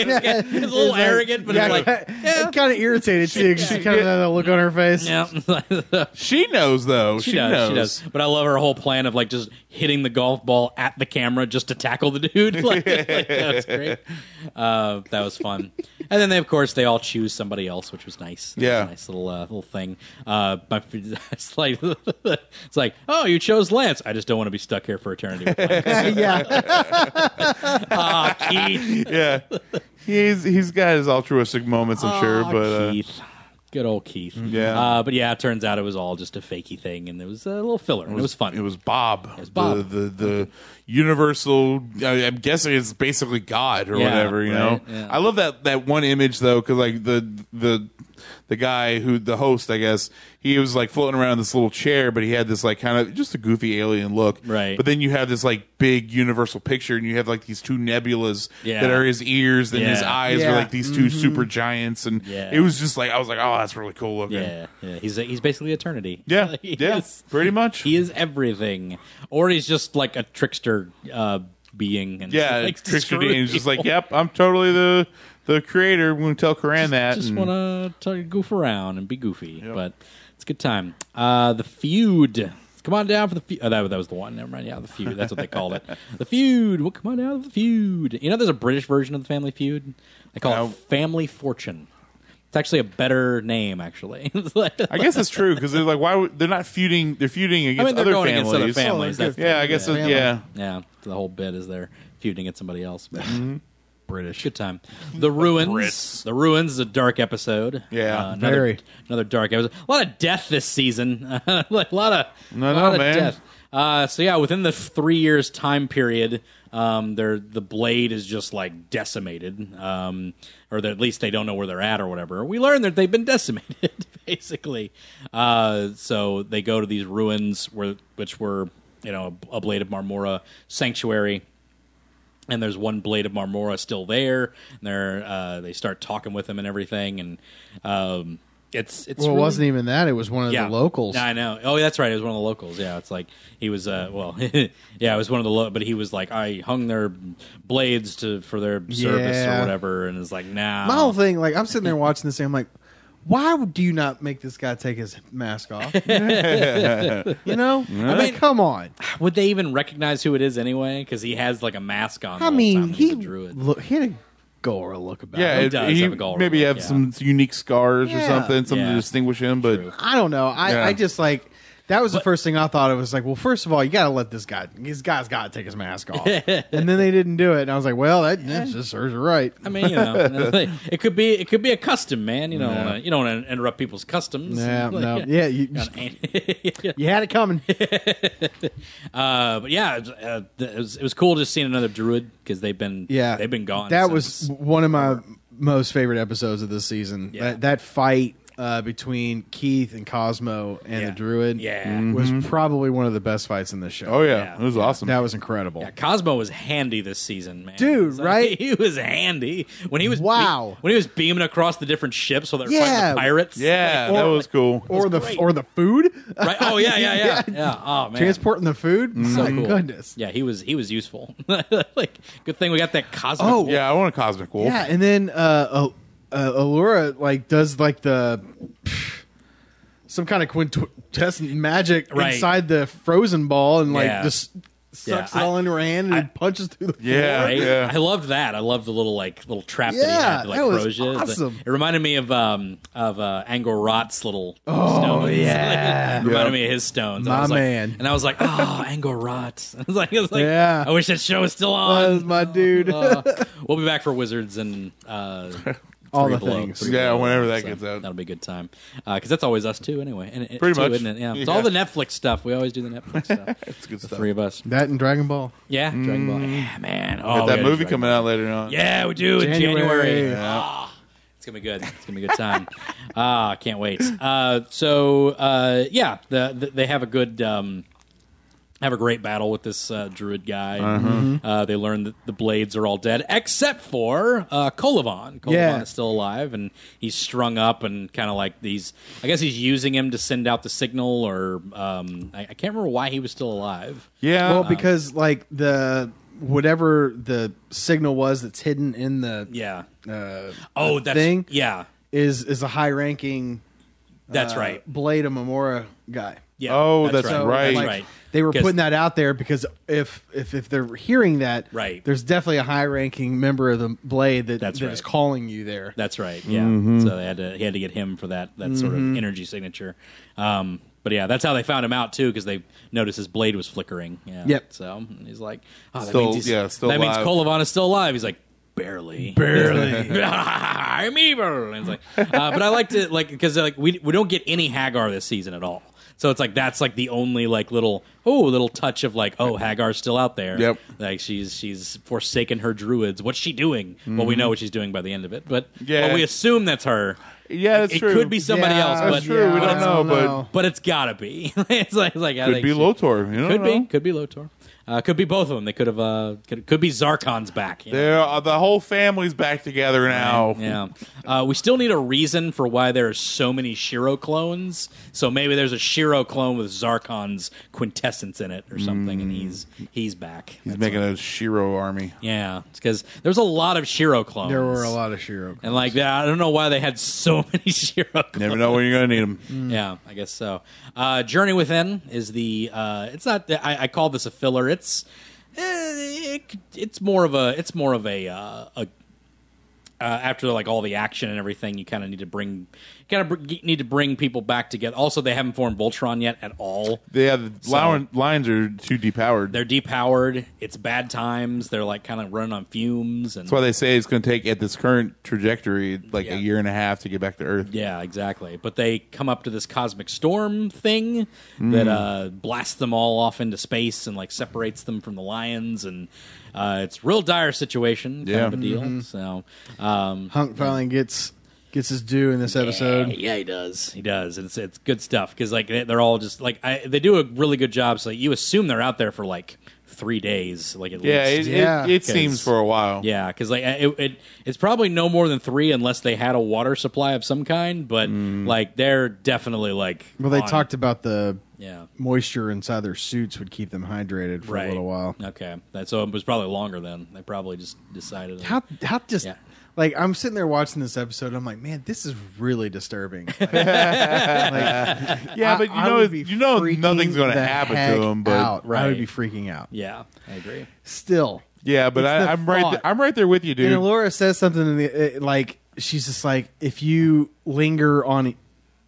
it's, it's a little arrogant, but it's like, yeah, kind of irritated too. 'cause She kind of had that look on her face. yeah. She knows though. She, she, does, knows. she does. But I love her whole plan of like just hitting the golf ball at the camera just to tackle the dude. like, like, that was great. Uh, that was fun. and then they, of course, they all choose somebody else, which was nice. That was Yeah. a nice little uh, little thing. Uh, my, it's like it's like, oh, you chose Lance. I just don't want to be stuck here for eternity. With Lance. yeah. Ah, Keith. Yeah, he's he's got his altruistic moments, I'm sure. Ah, But uh, Keith. Good old Keith. Mm-hmm. Yeah. Uh, but yeah, it turns out it was all just a fakey thing, and it was a little filler. and It was, fun. It was Bob. It was Bob. The the, the universal. I, I'm guessing it's basically God or Yeah, whatever. You know. right, yeah. I love that that one image though, because like the the the guy who the host, I guess, he was like floating around in this little chair, but he had this like kind of just a goofy alien look. Right. But then you have this like big universal picture, and you have like these two nebulas Yeah. that are his ears, and his Yeah. eyes are Yeah. like these 2 super giants, and Yeah. it was just like I was like, oh, that's really cool looking. yeah, yeah. He's he's basically eternity. Yeah, He yeah, is- pretty much. He is everything, or he's just like a trickster uh, being. And Yeah, likes to Trickster screw Dean is just people. like, "Yep, I'm totally the the creator." I'm going to tell Coran that. just and- want to goof around and be goofy, but it's a good time. Uh, the feud. Come on down for the feud. Oh, that, that was the one. Never mind. Yeah, the feud. That's what they called it. The feud. Well, come on down to the feud. You know, there's a British version of the Family Feud. They call No. it Family Fortune. It's actually a better name, actually. It's like- I guess that's true because they're like, "Why would they're not feuding? They're feuding I against mean, they're other going families." against other families. Oh, That's- Yeah, I guess. Yeah. it- Yeah, yeah. The whole bit is they're feuding at somebody else. But British. Good time. The ruins. Mm-hmm. Brits. The ruins is a dark episode. Uh, Yeah. another, Very. Another dark episode. A lot of death this season. like a lot of. No, a no, lot of man. Death. Uh, so yeah, within the three years time period, um, they're, the blade is just like decimated, um, or that at least they don't know where they're at or whatever. We learn that they've been decimated, basically. Uh, so they go to these ruins, where which were you know a blade of Marmora sanctuary and there's one blade of Marmora still there. And they're uh, they start talking with him and everything, and um, it's it's Well, really- it wasn't even that. It was one of the locals. I know. Oh, that's right. It was one of the locals. Yeah, it's like he was. Uh, well, yeah, it was one of the. Lo- but he was like, I hung their blades to for their service or Yeah. whatever, and it's like, nah. My whole thing, like, I'm sitting there watching this, and I'm like, why do you not make this guy take his mask off? you know? I mean, come on. Would they even recognize who it is anyway? Because he has like a mask on. the I whole mean, time he's he, a druid. look, he had a Gora look about yeah. him. He it- does he- have a gold maybe ring, have yeah. some unique scars or Yeah. something, something Yeah. to distinguish him. But True. I don't know. I, Yeah. I just, like, that was the first thing I thought. It was like, well, first of all, you got to let this guy, this guy's got to take his mask off. and then they didn't do it. And I was like, well, that, that just serves you right. I mean, you know, it could be it could be a custom, man. You know, you don't want to interrupt people's customs. Yeah, Like, no. Yeah, you, you had it coming. Uh, but yeah, it was, uh, it was, it was cool just seeing another druid because they've been Yeah, they've been gone. That was since- one of my most favorite episodes of this season. Yeah. That that fight uh, between Keith and Cosmo and Yeah. the Druid, Yeah. was probably one of the best fights in this show. Mm-hmm. oh yeah, Yeah. it was awesome. that was incredible. yeah, Cosmo was handy this season, man. Dude, It's like, right? He was handy when he was Wow. when he was beaming across the different ships while they were Yeah. fighting the pirates. yeah, that was cool. or the great. or the food, right. Oh yeah, yeah, yeah, Yeah. yeah. Oh man, transporting the food. Mm-hmm. So My cool. goodness. Yeah, he was he was useful. like good thing we got that Cosmo. Oh, wolf. yeah, I want a cosmic wolf. Yeah, and then uh, Al- uh, Allura like does like the some kind of quintessent magic Right. inside the frozen ball and like Yeah. just sucks Yeah, it I- all in her hand and I- it punches through the Yeah, floor. Right? yeah. I loved that. I loved the little like little trap that he Yeah, had to like that was Crozier. It's like- awesome. It reminded me of um of uh Angor Rot's little oh, stones. yeah. It reminded Yeah. me of his stones. My I was like, man. And I was like, oh, Angor Rot. I was like, I was like, Yeah. I wish that show was Uh, still That was on. my dude. Uh, we'll be back for Wizards and uh All Three the Below- things. Three Yeah, Below, whenever that gets out. that'll be a good time because that's always us too. Anyway, and, and Pretty too, much. isn't it? Yeah, it's Yeah. all the Netflix stuff. We always do the Netflix stuff. It's good the stuff. three of us. that and Dragon Ball. Yeah, Dragon Ball. Yeah, man. Oh, Got we that gotta movie do Dragon coming out later on. yeah, we do in January. January. Ah, it's gonna be good. It's gonna be a good time. Ah, can't wait. Uh, so uh, yeah, the, the, they have a good. Um, have a great battle with this uh, druid guy. Uh, they learn that the blades are all dead, except for uh, Kolovan. Kolovan Yeah. is still alive, and he's strung up and kind of like these. I guess he's using him to send out the signal, or um, I, I can't remember why he was still alive. yeah. well, because like the whatever the signal was that's hidden in the Yeah. uh, Oh, that's thing? yeah. is is a high ranking That's right. Blade of Memora guy. Yeah. Oh, that's right. That's like, right. They were 'Cause- putting that out there because if if if they're hearing that, Right. There's definitely a high ranking member of the blade that That's that right. is calling you there. That's right. Yeah. Mm-hmm. So they had to he had to get him for that that sort of energy signature. Um, but yeah, that's how they found him out too because they noticed his blade was flickering. Yeah. Yep. So and he's like, oh, that Still- means he's, yeah, still that means alive. Kolovan is still alive. He's like, barely, barely. I'm evil. And it's like, uh, but I like to like because like we we don't get any Hagar this season at all. So it's like that's like the only like little oh little touch of like oh Hagar's still out there. Yep. Like she's she's forsaken her druids. What's she doing? Well, Mm-hmm. we know what she's doing by the end of it, but Yeah. well, we assume that's her. Yeah, that's it true. could be somebody Yeah, else, that's but true. We but don't it's- know, but- But it's gotta be. it's like, it's like I could think be she- Lotor. You don't Could know. be. Could be Lotor. Uh, could be both of them. They could have. Uh, could, could be Zarkon's back. you know? There are the whole family's back together now. Yeah. Uh, we still need a reason for why there are so many Shiro clones. So maybe there's a Shiro clone with Zarkon's quintessence in it or something, Mm. and he's he's back. He's making a Shiro army. Yeah, because there's a lot of Shiro clones. There were a lot of Shiro. And like that, I don't know why they had so many Shiro clones. Never know when you're going to need him. Yeah, I guess so. Uh, Journey Within is the. Uh, it's not. I, I call this a filler. It's. eh, It, it's more of a. It's more of a. Uh, a uh, after like all the action and everything, you kind of need to bring, kind of br- need to bring people back together. Also, they haven't formed Voltron yet at all. Yeah, the lion- lions are too depowered. They're depowered. It's bad times. They're like kind of running on fumes and That's why they say it's going to take at this current trajectory like Yeah. a year and a half to get back to Earth. Yeah, exactly. But they come up to this cosmic storm thing Hmm. that uh, blasts them all off into space and like separates them from the lions, and uh, it's real dire situation kind Yeah. Mm-hmm. of a deal. So um, Hunk finally gets gets his due in this episode. yeah, yeah, he does. He does. It's it's good stuff because like they- they're all just like I, they do a really good job. So like, you assume they're out there for like three days, like at Yeah, least. it, Yeah. it, it 'Cause- seems for a while. Yeah, because like it, it, it's probably no more than three unless they had a water supply of some kind. But Hmm. like they're definitely like Well, they on- talked about the Yeah, moisture inside their suits would keep them hydrated for right. a little while. Okay, that, so it was probably longer then. They probably just decided. How how just Yeah. like I'm sitting there watching this episode, I'm like, man, this is really disturbing. Like, like, Yeah, I- but you I know, would be you know, freaking nothing's going to the happen heck to him. But out. I Right. would be freaking out. Yeah, I agree. Still, yeah, but It's the I, I'm right. thought. Th- I'm right there with you, dude. And Laura says something in the, it, like she's just like, if you linger on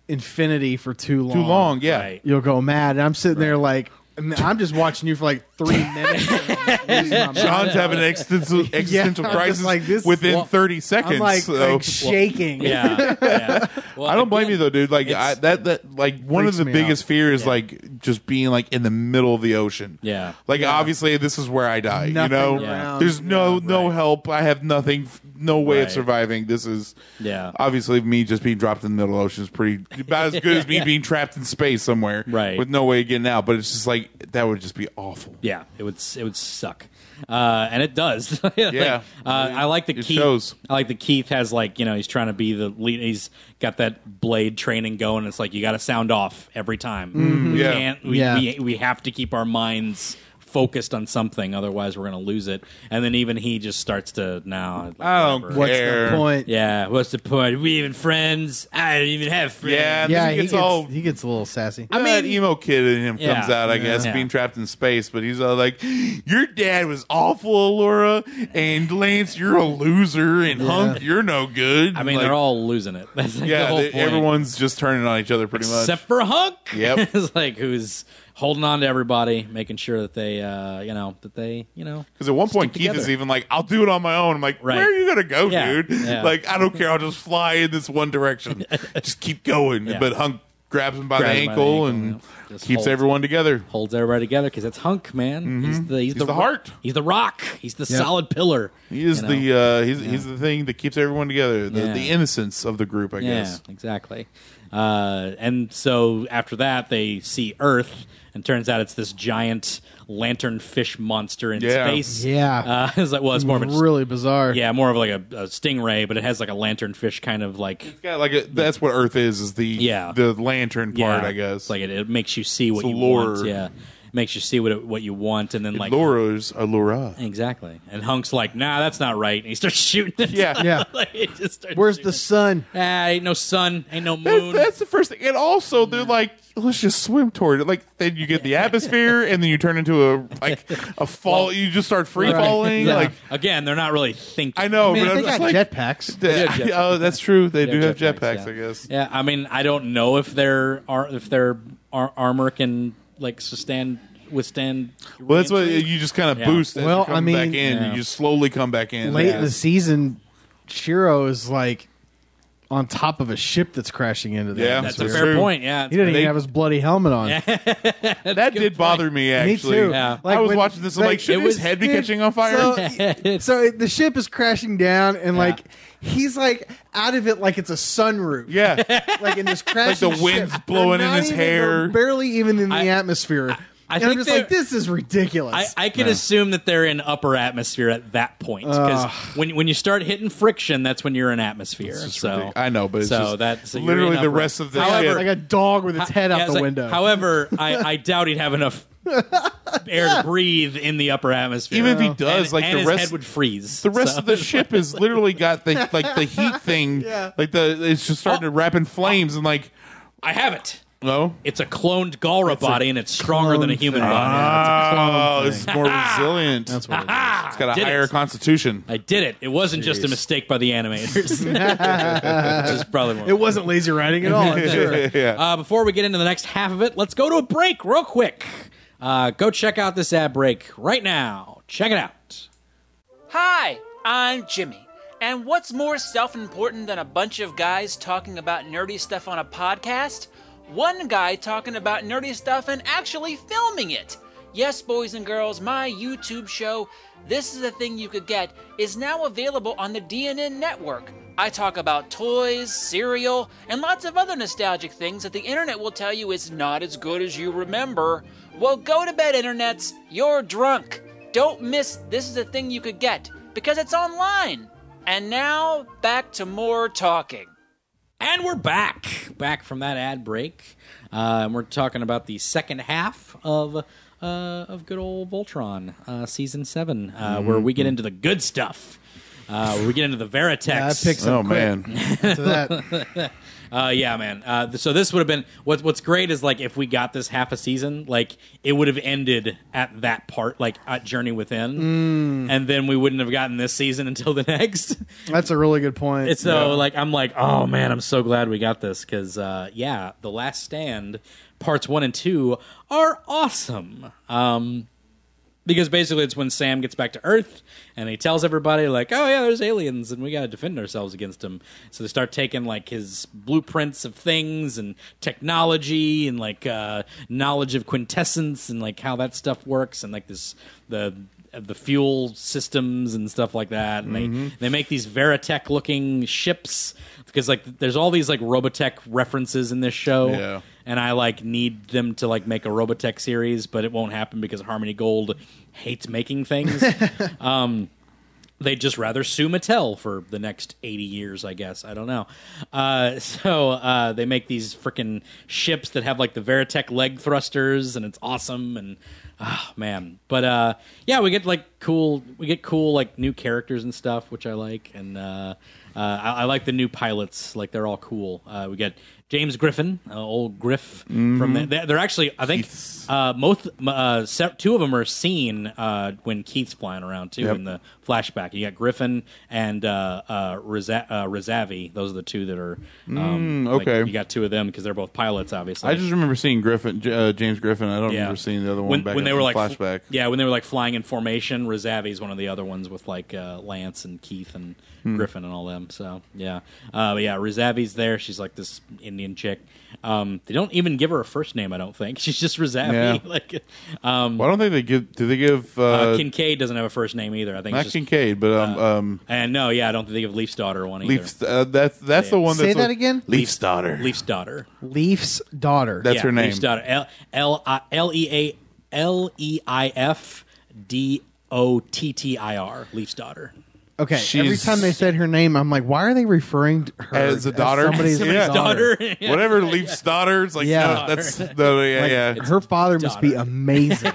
infinity for too long, Too long. Yeah, Right. you'll go mad. And I'm sitting there like, and I'm just watching you for like three minutes. I'm losing my mind. John's having an existential, existential I'm just crisis like this- within well, 30 seconds. I'm like, so- like shaking. Yeah, yeah. Well, I don't blame again, you though, dude. Like I, it's- that, that like one of freaks the me biggest out. fear is like just being like in the middle of the ocean. Yeah. Like obviously this is where I die. Nothing you know, around. there's no Yeah, no help. I have nothing. f- No way Right. of surviving. This is Yeah. Obviously, me just being dropped in the middle of the ocean is pretty about as good as me being trapped in space somewhere, Right. With no way of getting out. But it's just like that would just be awful. Yeah, it would s- it would suck, uh, and it does. Like, Yeah. uh, I like the It Keith. shows. I like the Keith has like you know he's trying to be the lead. He's got that blade training going. It's like you got to sound off every time. we Mm-hmm. Yeah. can't. We, Yeah. we we have to keep our minds focused on something, otherwise we're going to lose it. And then even he just starts to now. Like, I don't whatever. What's care. the point? Yeah, what's the point? Are we even friends? I don't even have friends. Yeah, and Yeah, then he he gets all he gets a little sassy. I mean, that emo kid in him Yeah. comes out, I Yeah. guess, Yeah. being trapped in space. But he's all like, "Your dad was awful, Laura, and Lance, you're a loser, and Hunk, you're no good." I mean, Like, they're all losing it. That's like the yeah, whole they- point. everyone's just turning on each other pretty except for Hunk. Yep. it's like who's holding on to everybody, making sure that they, uh, you know, that they, you know, because at one point stick Keith is together. even like, "I'll do it on my own." I'm like, Right. "Where are you gonna go, Yeah. dude? Yeah. Like, I don't care. I'll just fly in this one direction. just keep going." Yeah. But Hunk grabs him by, Grabs the, him by the ankle ankle, and yeah. Just keeps holds- everyone together. holds everybody together because that's Hunk, man. He's the he's, Mm-hmm. He's the ro- heart. He's the rock. He's the solid pillar. He is you know? the uh, he's, he's the thing that keeps everyone together. The, Yeah. the innocence of the group, I yeah, guess. exactly. Uh, and so after that, they see Earth, and turns out it's this giant lantern fish monster in Yeah. space. Yeah. uh, it's like well, it's more of a really bizarre. yeah, more of like a, a stingray, but it has like a lantern fish kind of like It's got like a, that's what Earth is is the Yeah. the lantern part, I guess. It's like it, it makes you see what It's you lure. want. Yeah, makes you see what it, what you want, and then like Laura's a Laura. exactly. And Hunk's like, nah, that's not right, and he starts shooting. It. Yeah. Yeah. like, he just starts Where's shooting it. the sun? Ah, ain't no sun, ain't no That's, moon. that's the first thing. And also they're like, let's just swim toward it. Like then you get the atmosphere and then you turn into a like a fall you just start free Right. falling. Yeah. Like Again, they're not really thinking. I know, I mean, but they I'm got just like jetpacks. have jetpacks. oh, that's true. They They do have jetpacks, jetpacks, yeah. I guess. Yeah, I mean, I don't know if their ar- if their ar- armor can like sustain withstand. Well, that's what re-entry. you just kind of Yeah. boost. As Well, well, I mean- back in, Yeah. you just slowly come back in. Late Yeah. in the season, Shiro is like on top of a ship that's crashing into them. Yeah. That's It's a That's weird. fair true. point. Yeah, He didn't They- even have his bloody helmet on. that did bother me actually. Me too. Yeah. I was when- watching this. I'm like, should it his was- head be dude, catching on fire? So, so it- the ship is crashing down, and like he's like out of it, like it's a sunroof. yeah, like in this crash. the wind's blowing in his hair. barely even in the I- atmosphere. I and I'm think just they're- like, this is I, ridiculous. I can assume that they're in upper atmosphere at that point because when when you start hitting friction, that's when you're in atmosphere. So ridiculous. I know, but it's so just that's so you're literally in upper- the rest of the However- ship. like a dog with its head Yeah, out it's the like- window. However, I, I doubt he'd have enough air to breathe in the upper atmosphere. Even if he does, And- like, and the his rest- head would freeze. The rest So- of the ship is literally got the like the heat thing. Yeah. Like the it's just starting to wrap in flames and like I have it. no. It's a cloned Galra body, and it's stronger than a cloned human thing. body. Oh, it's more resilient. That's what it is. Ah, it's got a did it. higher constitution. I did it. It wasn't just a mistake by the animators. Which is probably more. It wasn't lazy writing at all. I'm sure. yeah. Uh, before we get into the next half of it, let's go to a break real quick. Uh, go check out this ad break right now. Check it out. Hi, I'm Jimmy. And what's more self important than a bunch of guys talking about nerdy stuff on a podcast? One guy talking about nerdy stuff and actually filming it. Yes, boys and girls, my YouTube show, This is a Thing You Could Get, is now available on the DNN network. I talk about toys, cereal, and lots of other nostalgic things that the internet will tell you is not as good as you remember. Well, go to bed, internets. You're drunk. Don't miss This is a Thing You Could Get because it's online. And now, back to more talking. And we're back, back from that ad break, uh, and we're talking about the second half of uh, of good old Voltron uh, season seven, uh, where we get into the good stuff. Uh, where we get into the Veritex. I picked Oh some man. to that. Uh, yeah, man. Uh, th- so this would have been what, what's great is like if we got this half a season, like it would have ended at that part, like at Journey Within, and then we wouldn't have gotten this season until the next. That's a really good point. And so uh, like I'm like, oh man, I'm so glad we got this because uh, yeah, The Last Stand parts one and two are awesome. Um, because basically it's when Sam gets back to Earth and he tells everybody like, "Oh yeah, there's aliens and we got to defend ourselves against them." So they start taking like his blueprints of things and technology and like uh, knowledge of quintessence and like how that stuff works and like this the of the fuel systems and stuff like that and they they make these veritech looking ships because like there's all these like robotech references in this show Yeah. and I like need them to like make a Robotech series, but it won't happen because Harmony Gold hates making things. um, they'd just rather sue Mattel for the next eighty years, I guess. I don't know. Uh, so uh, they make these freaking ships that have like the Veritech leg thrusters, and it's awesome. And ah, man, but uh, yeah, we get like cool, we get cool like new characters and stuff, which I like, and. Uh, uh, I, I like the new pilots; like they're all cool. Uh, we got James Griffin, uh, old Griff from the, they're, they're actually I think uh, most m- uh, se- two of them are seen uh, when Keith's flying around too Yep. in the flashback. You got Griffin and uh, uh, Raza- uh, Razavi; those are the two that are um, Mm, like, okay. you got two of them because they're both pilots, obviously. I just remember seeing Griffin, J- uh, James Griffin. I don't Yeah. remember seeing the other one when, back when in they the were like fl- flashback. yeah, when they were like flying in formation, Razavi's one of the other ones with like uh, Lance and Keith and Hmm. Griffin and all them. So yeah, uh, but yeah, Razavi's there. She's like this Indian chick. Um, they don't even give her a first name. I don't think she's just Razavi. Yeah. like um, Well, I don't think they give. Do they give uh, uh, Kincaid doesn't have a first name either. I think not it's just, Kincaid? But um, um and no, yeah, I don't think they give Leaf's daughter one either. Leaf's. Uh, that's that's the one. Say that's that like- again? Leaf's daughter. Leaf's daughter. Leaf's daughter. That's Yeah, her name. Leaf's daughter. L L I- L E A L E I F D O T T I R. Leaf's daughter. okay. Every she's- time they said her name, I'm like, why are they referring to her as a daughter. somebody's Yeah. daughter. Yeah. Whatever Leaf's daughter. It's like Yeah. no, that's no, yeah, yeah. Her father must be Daughter. amazing.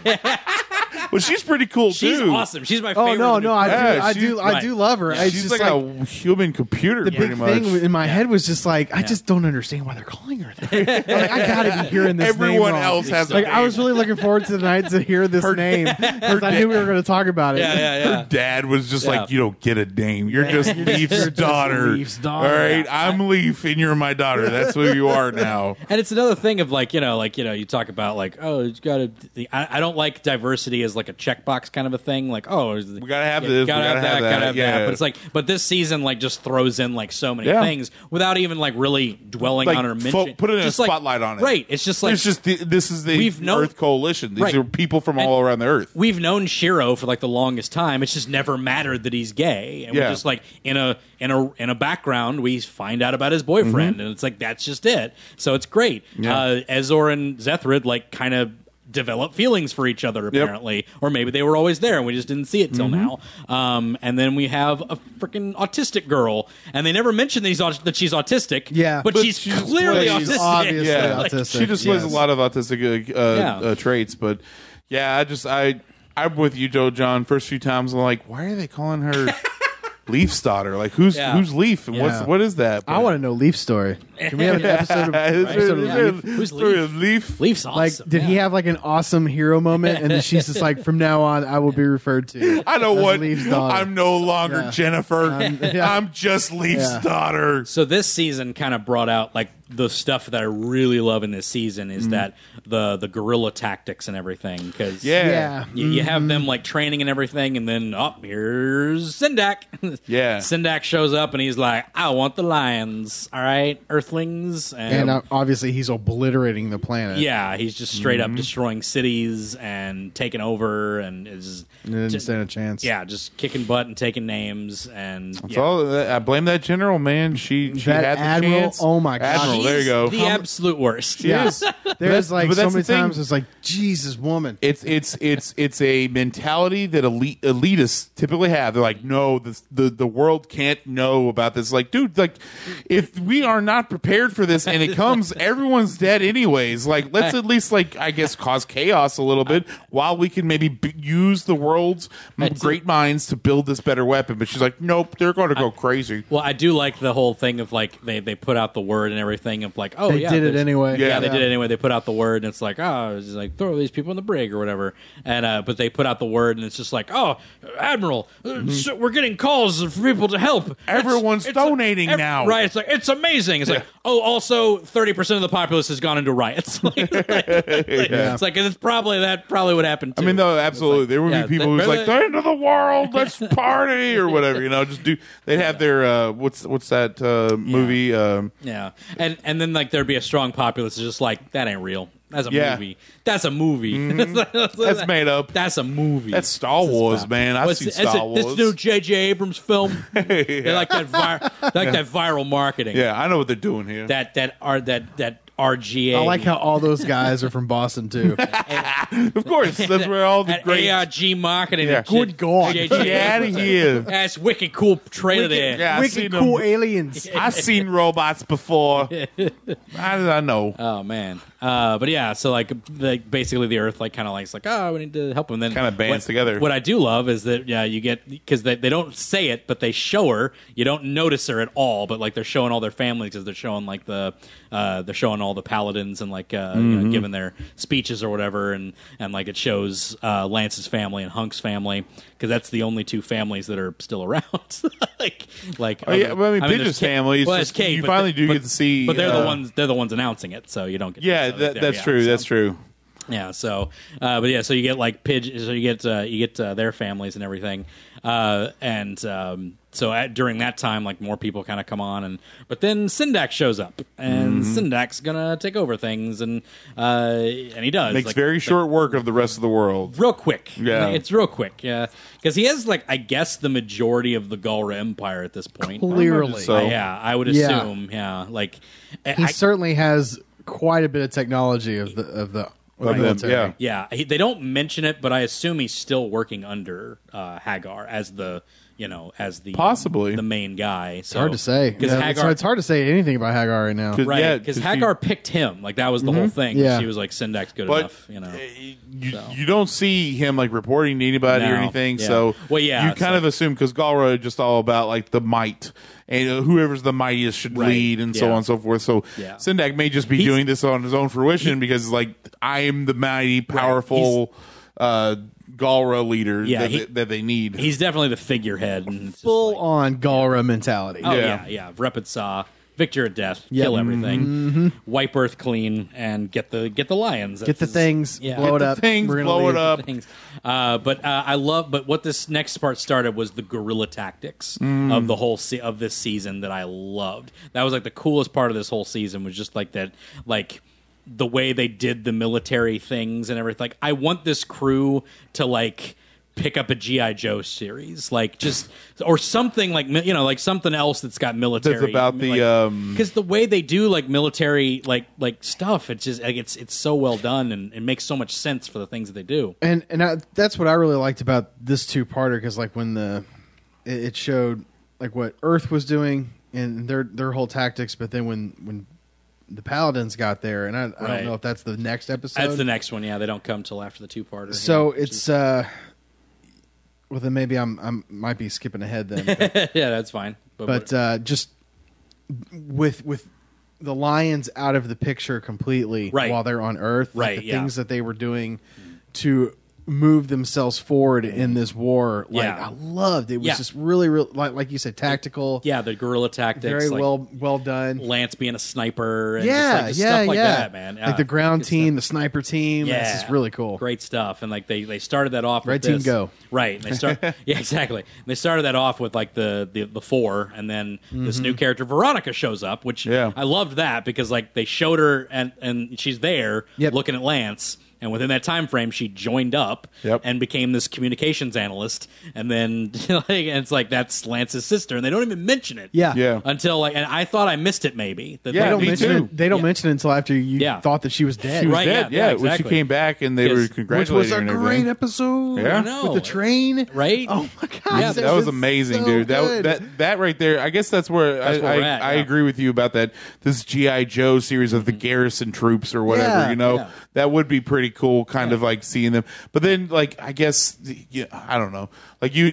well, she's pretty cool She's too. awesome. She's my favorite. oh no, of the- no, I do, Yeah, I she- do, I right. do love her. Yeah, I She's just like, like a human computer, the pretty big much. thing in my head was just like, I just don't understand why they're calling her that. like, I gotta be hearing this. name Everyone wrong. else has a Like, I name. was really looking forward to the night to hear this name because I knew we were going to talk about it. Yeah, yeah, yeah. Her dad was just Yeah. like, "You don't get a name. You're just Leaf's daughter. Leaf's daughter. All right, I'm Leaf, and you're my daughter. That's who you are now." And it's another thing of like you know, like you know, you talk about like oh, you got to. I, I don't like diversity as like like a checkbox kind of a thing. Like, oh, is- We gotta have yeah, this, we gotta, have that, gotta have that. yeah. But it's like, but this season like just throws in like so many Yeah. things without even like really dwelling Like, on or fo- mentioning. put it in a just, like, spotlight on it. Right. It's just like There's just the, this is the We've known- Earth Coalition. These Right. are people from all And- around the Earth. we've known Shiro for like the longest time. It's just never mattered that he's gay, and we're Yeah. just like in a in a in a background we find out about his Mm-hmm. boyfriend, and it's like that's just it. So it's great. Uh, Ezor and Zethrid like kind of develop feelings for each other apparently, or maybe they were always there and we just didn't see it till Mm-hmm. now. Um, and then we have a freaking autistic girl, and they never mention that, he's, aut- that she's autistic. Yeah. but, But she's she's- clearly but she's autistic. obviously yeah, Like, autistic, she displays yes. a lot of autistic uh, uh, Yeah. uh, traits, but yeah, I just I I'm with you, Joe John. First few times, I'm like, why are they calling her Leaf's daughter? Like, who's Yeah. who's Leaf, and what's Yeah. what is that? I want to know Leaf's story. Can we have an episode of, episode of Leaf? Who's Who's Leaf? Leaf? Leaf's awesome. Like, did he yeah. have like an awesome hero moment? And then she's just like, from now on, I will be referred to. I know as what. Leaf's daughter. I'm no longer Yeah. Jennifer. Um, yeah. I'm just Leaf's Yeah. daughter. So this season kind of brought out like the stuff that I really love in this season Mm. is that the the guerrilla tactics and everything because Yeah. Mm. Yeah. You, you have them like training and everything, and then oh, here's Syndak. Yeah. Syndak shows up and he's like, "I want the lions, all right, Earthlings." And uh, obviously, he's obliterating the planet. yeah, he's just straight Mm-hmm. up destroying cities and taking over, and is And didn't just- stand a chance. yeah, just kicking butt and taking names, and yeah. So uh, I blame that general man. She she That had the admiral, chance. oh my gosh. Admiral, there you He's go. The absolute worst. She Yeah. is. But that's- There's like but so that's many the thing. times it's like, Jesus, woman. It's it's it's it's a mentality that elite elitists typically have. They're like, no, the the, the world can't know about this. Like, dude, like if we are not prepared for this and it comes, everyone's dead anyways. Like, let's at least like I guess cause chaos a little bit while we can maybe b- use the world's great minds to build this better weapon. But she's like, nope, they're going to go crazy. Well, I do like the whole thing of like they, they put out the word and everything of like oh They yeah did it there's- anyway. yeah, Yeah. they Yeah. did it anyway they put out the word and it's like oh it's just like throw these people in the brig or whatever and uh, but they put out the word and it's just like oh admiral uh, so we're getting calls for people to help It's- Mm-hmm. Everyone's donating ev- now. right it's like it's amazing it's like oh also thirty percent of the populace has gone into riots like, it's like it's probably that probably would happen I mean, though, absolutely, there would yeah, be people that- who's like, brother- "The end of the world, let's party" or whatever. You know, just do. They'd have their uh, what's what's that uh, movie? Um, Yeah, and and then like there'd be a strong populace that's just like that ain't real. That's a Yeah. Mm-hmm. movie. That's a movie. that's, That's made up. That's a movie. That's Star Wars, man. I've What's seen it- that's Star it- Wars. This new J.J. Abrams film. They like that vir- they like that viral marketing. yeah, I know what they're doing here. That that are that that RGA. I like how all those guys are from Boston, too. of course, that's where all the that great. ARG marketing. Yeah. and Good shit. God. JJ Get outta Abrams. here. That's wicked cool trailer there. Yeah, I've seen Wicked cool them. aliens. I've seen robots before. How did I know? Oh man. Uh, but yeah, so like, like basically the Earth like kind of like it's like oh we need to help them. Then Kinda bands what- together. What I do love is that yeah you get because they, they don't say it but they show her. You don't notice her at all, but like they're showing all their families because they're showing like the uh, they're showing all the paladins and like uh, you know, giving their speeches or whatever and and like it shows uh, Lance's family and Hunk's family because that's the only two families that are still around. like like um, Oh, yeah, well, I mean, there's Pidge's Kate- family is well, just- there's Kate, you but finally the- do but- get to see, but they're the uh, ones they're the ones announcing it, so you don't get. Yeah, so that, there- that's yeah, true. so- That's true. Yeah, so uh, but yeah, so you get like pigeon, so you get uh, you get uh, their families and everything, uh, and um, so at, during that time, like more people kind of come on, and but then Syndax shows up, and Mm-hmm. Syndak's gonna take over things, and uh, and he does Makes like, very like, short work of the rest of the world. real quick. Yeah. Like, it's real quick. Yeah, because he has like I guess the majority of the Galra Empire at this point. Clearly. So- yeah, I would Yeah. assume. Yeah, like I- he I- certainly has quite a bit of technology of the of the, of them, the military. yeah. Yeah, he, they don't mention it, but I assume he's still working under uh, Hagar as the you know as the Possibly. the main guy. So, It's hard to say. because Yeah, it's, Hagar. it's hard to say anything about Hagar right now. Right, Yeah, because 'cause she- Hagar picked him. Like that was the whole thing. Mm-hmm. Yeah. She was like, "Syndak's good But enough," you know. you, you don't see him like reporting to anybody or No. anything. Yeah. So Well, yeah, you it's kind like- of assume because Galra is just all about like the might and uh, whoever's the mightiest should Right. lead and so Yeah. on and so forth. So Yeah. Syndak may just be He's- doing this on his own fruition because like I am the mighty, powerful uh, Galra leader Yeah, that, he- they, that they need. He's definitely the figurehead. And it's just Full like- on Galra mentality. Oh Yeah. yeah, yeah. Repitsa victor at death, Yep. kill everything, wipe Earth clean, and get the get the lions. Mm-hmm. Get the That's- things, blow it the up. things, we're gonna blow leave. it up. things. Uh, but uh, I love. But what this next part started was the guerrilla tactics Mm. of the whole se- of this season that I loved. That was like the coolest part of this whole season was just like that, like the way they did the military things and everything. Like I want this crew to like pick up a GI Joe series, like just or something like mi- you know like something else that's got military. That's about the, like- um, because the way they do like military like like stuff it's just like it's it's so well done and it makes so much sense for the things that they do and and I, that's what I really liked about this two parter because like when the it, it showed like what Earth was doing and their their whole tactics, but then when when the Paladins got there, and I, I Right. don't know if that's the next episode. that's the next one yeah they don't come till after the two-parter So yeah, which it's uh, well then maybe I'm I'm might be skipping ahead then, but- is- yeah that's fine but, but uh, just with with the lions out of the picture completely Right. while they're on Earth, like Right, the yeah. things that they were doing to move themselves forward in this war, like Yeah. I loved. It was Yeah. just really, real like, like you said, tactical. yeah the guerrilla tactics very like well, well done. lance being a sniper and yeah, just, like, just yeah, stuff like yeah. that man Yeah, Like the ground good team, stuff. the sniper team. yeah this is really cool. great stuff and like they they started that off Red with team this. go. right and they start yeah exactly and they started that off with like the the, the four and then this Mm-hmm. new character veronica shows up which Yeah. i loved that because like they showed her and and she's there Yep. looking at lance and within that time frame she joined up Yep. and became this communications analyst and then like and it's like that's lance's sister and they don't even mention it Yeah, Yeah. until like and i thought i missed it maybe that Yeah, They they- don't me mention too. it. They don't Yeah. mention it until after you Yeah. thought that she was dead. She was Right, dead. yeah, yeah, yeah, when exactly. she came back and they Yes. were Which was Which congratulating was her a and great everything. episode. Yeah. I know. With the train. Right? Oh my gosh. Yeah, that was amazing, so dude. That good. that that right there. I guess that's where That's I, where we're I, at, I yeah. Mm-hmm. agree with you about that. This GI Joe series of the garrison troops or whatever. Yeah, you know, yeah. that would be pretty cool, kind of like seeing them. But then, like, I guess the- yeah, I don't know. Like you.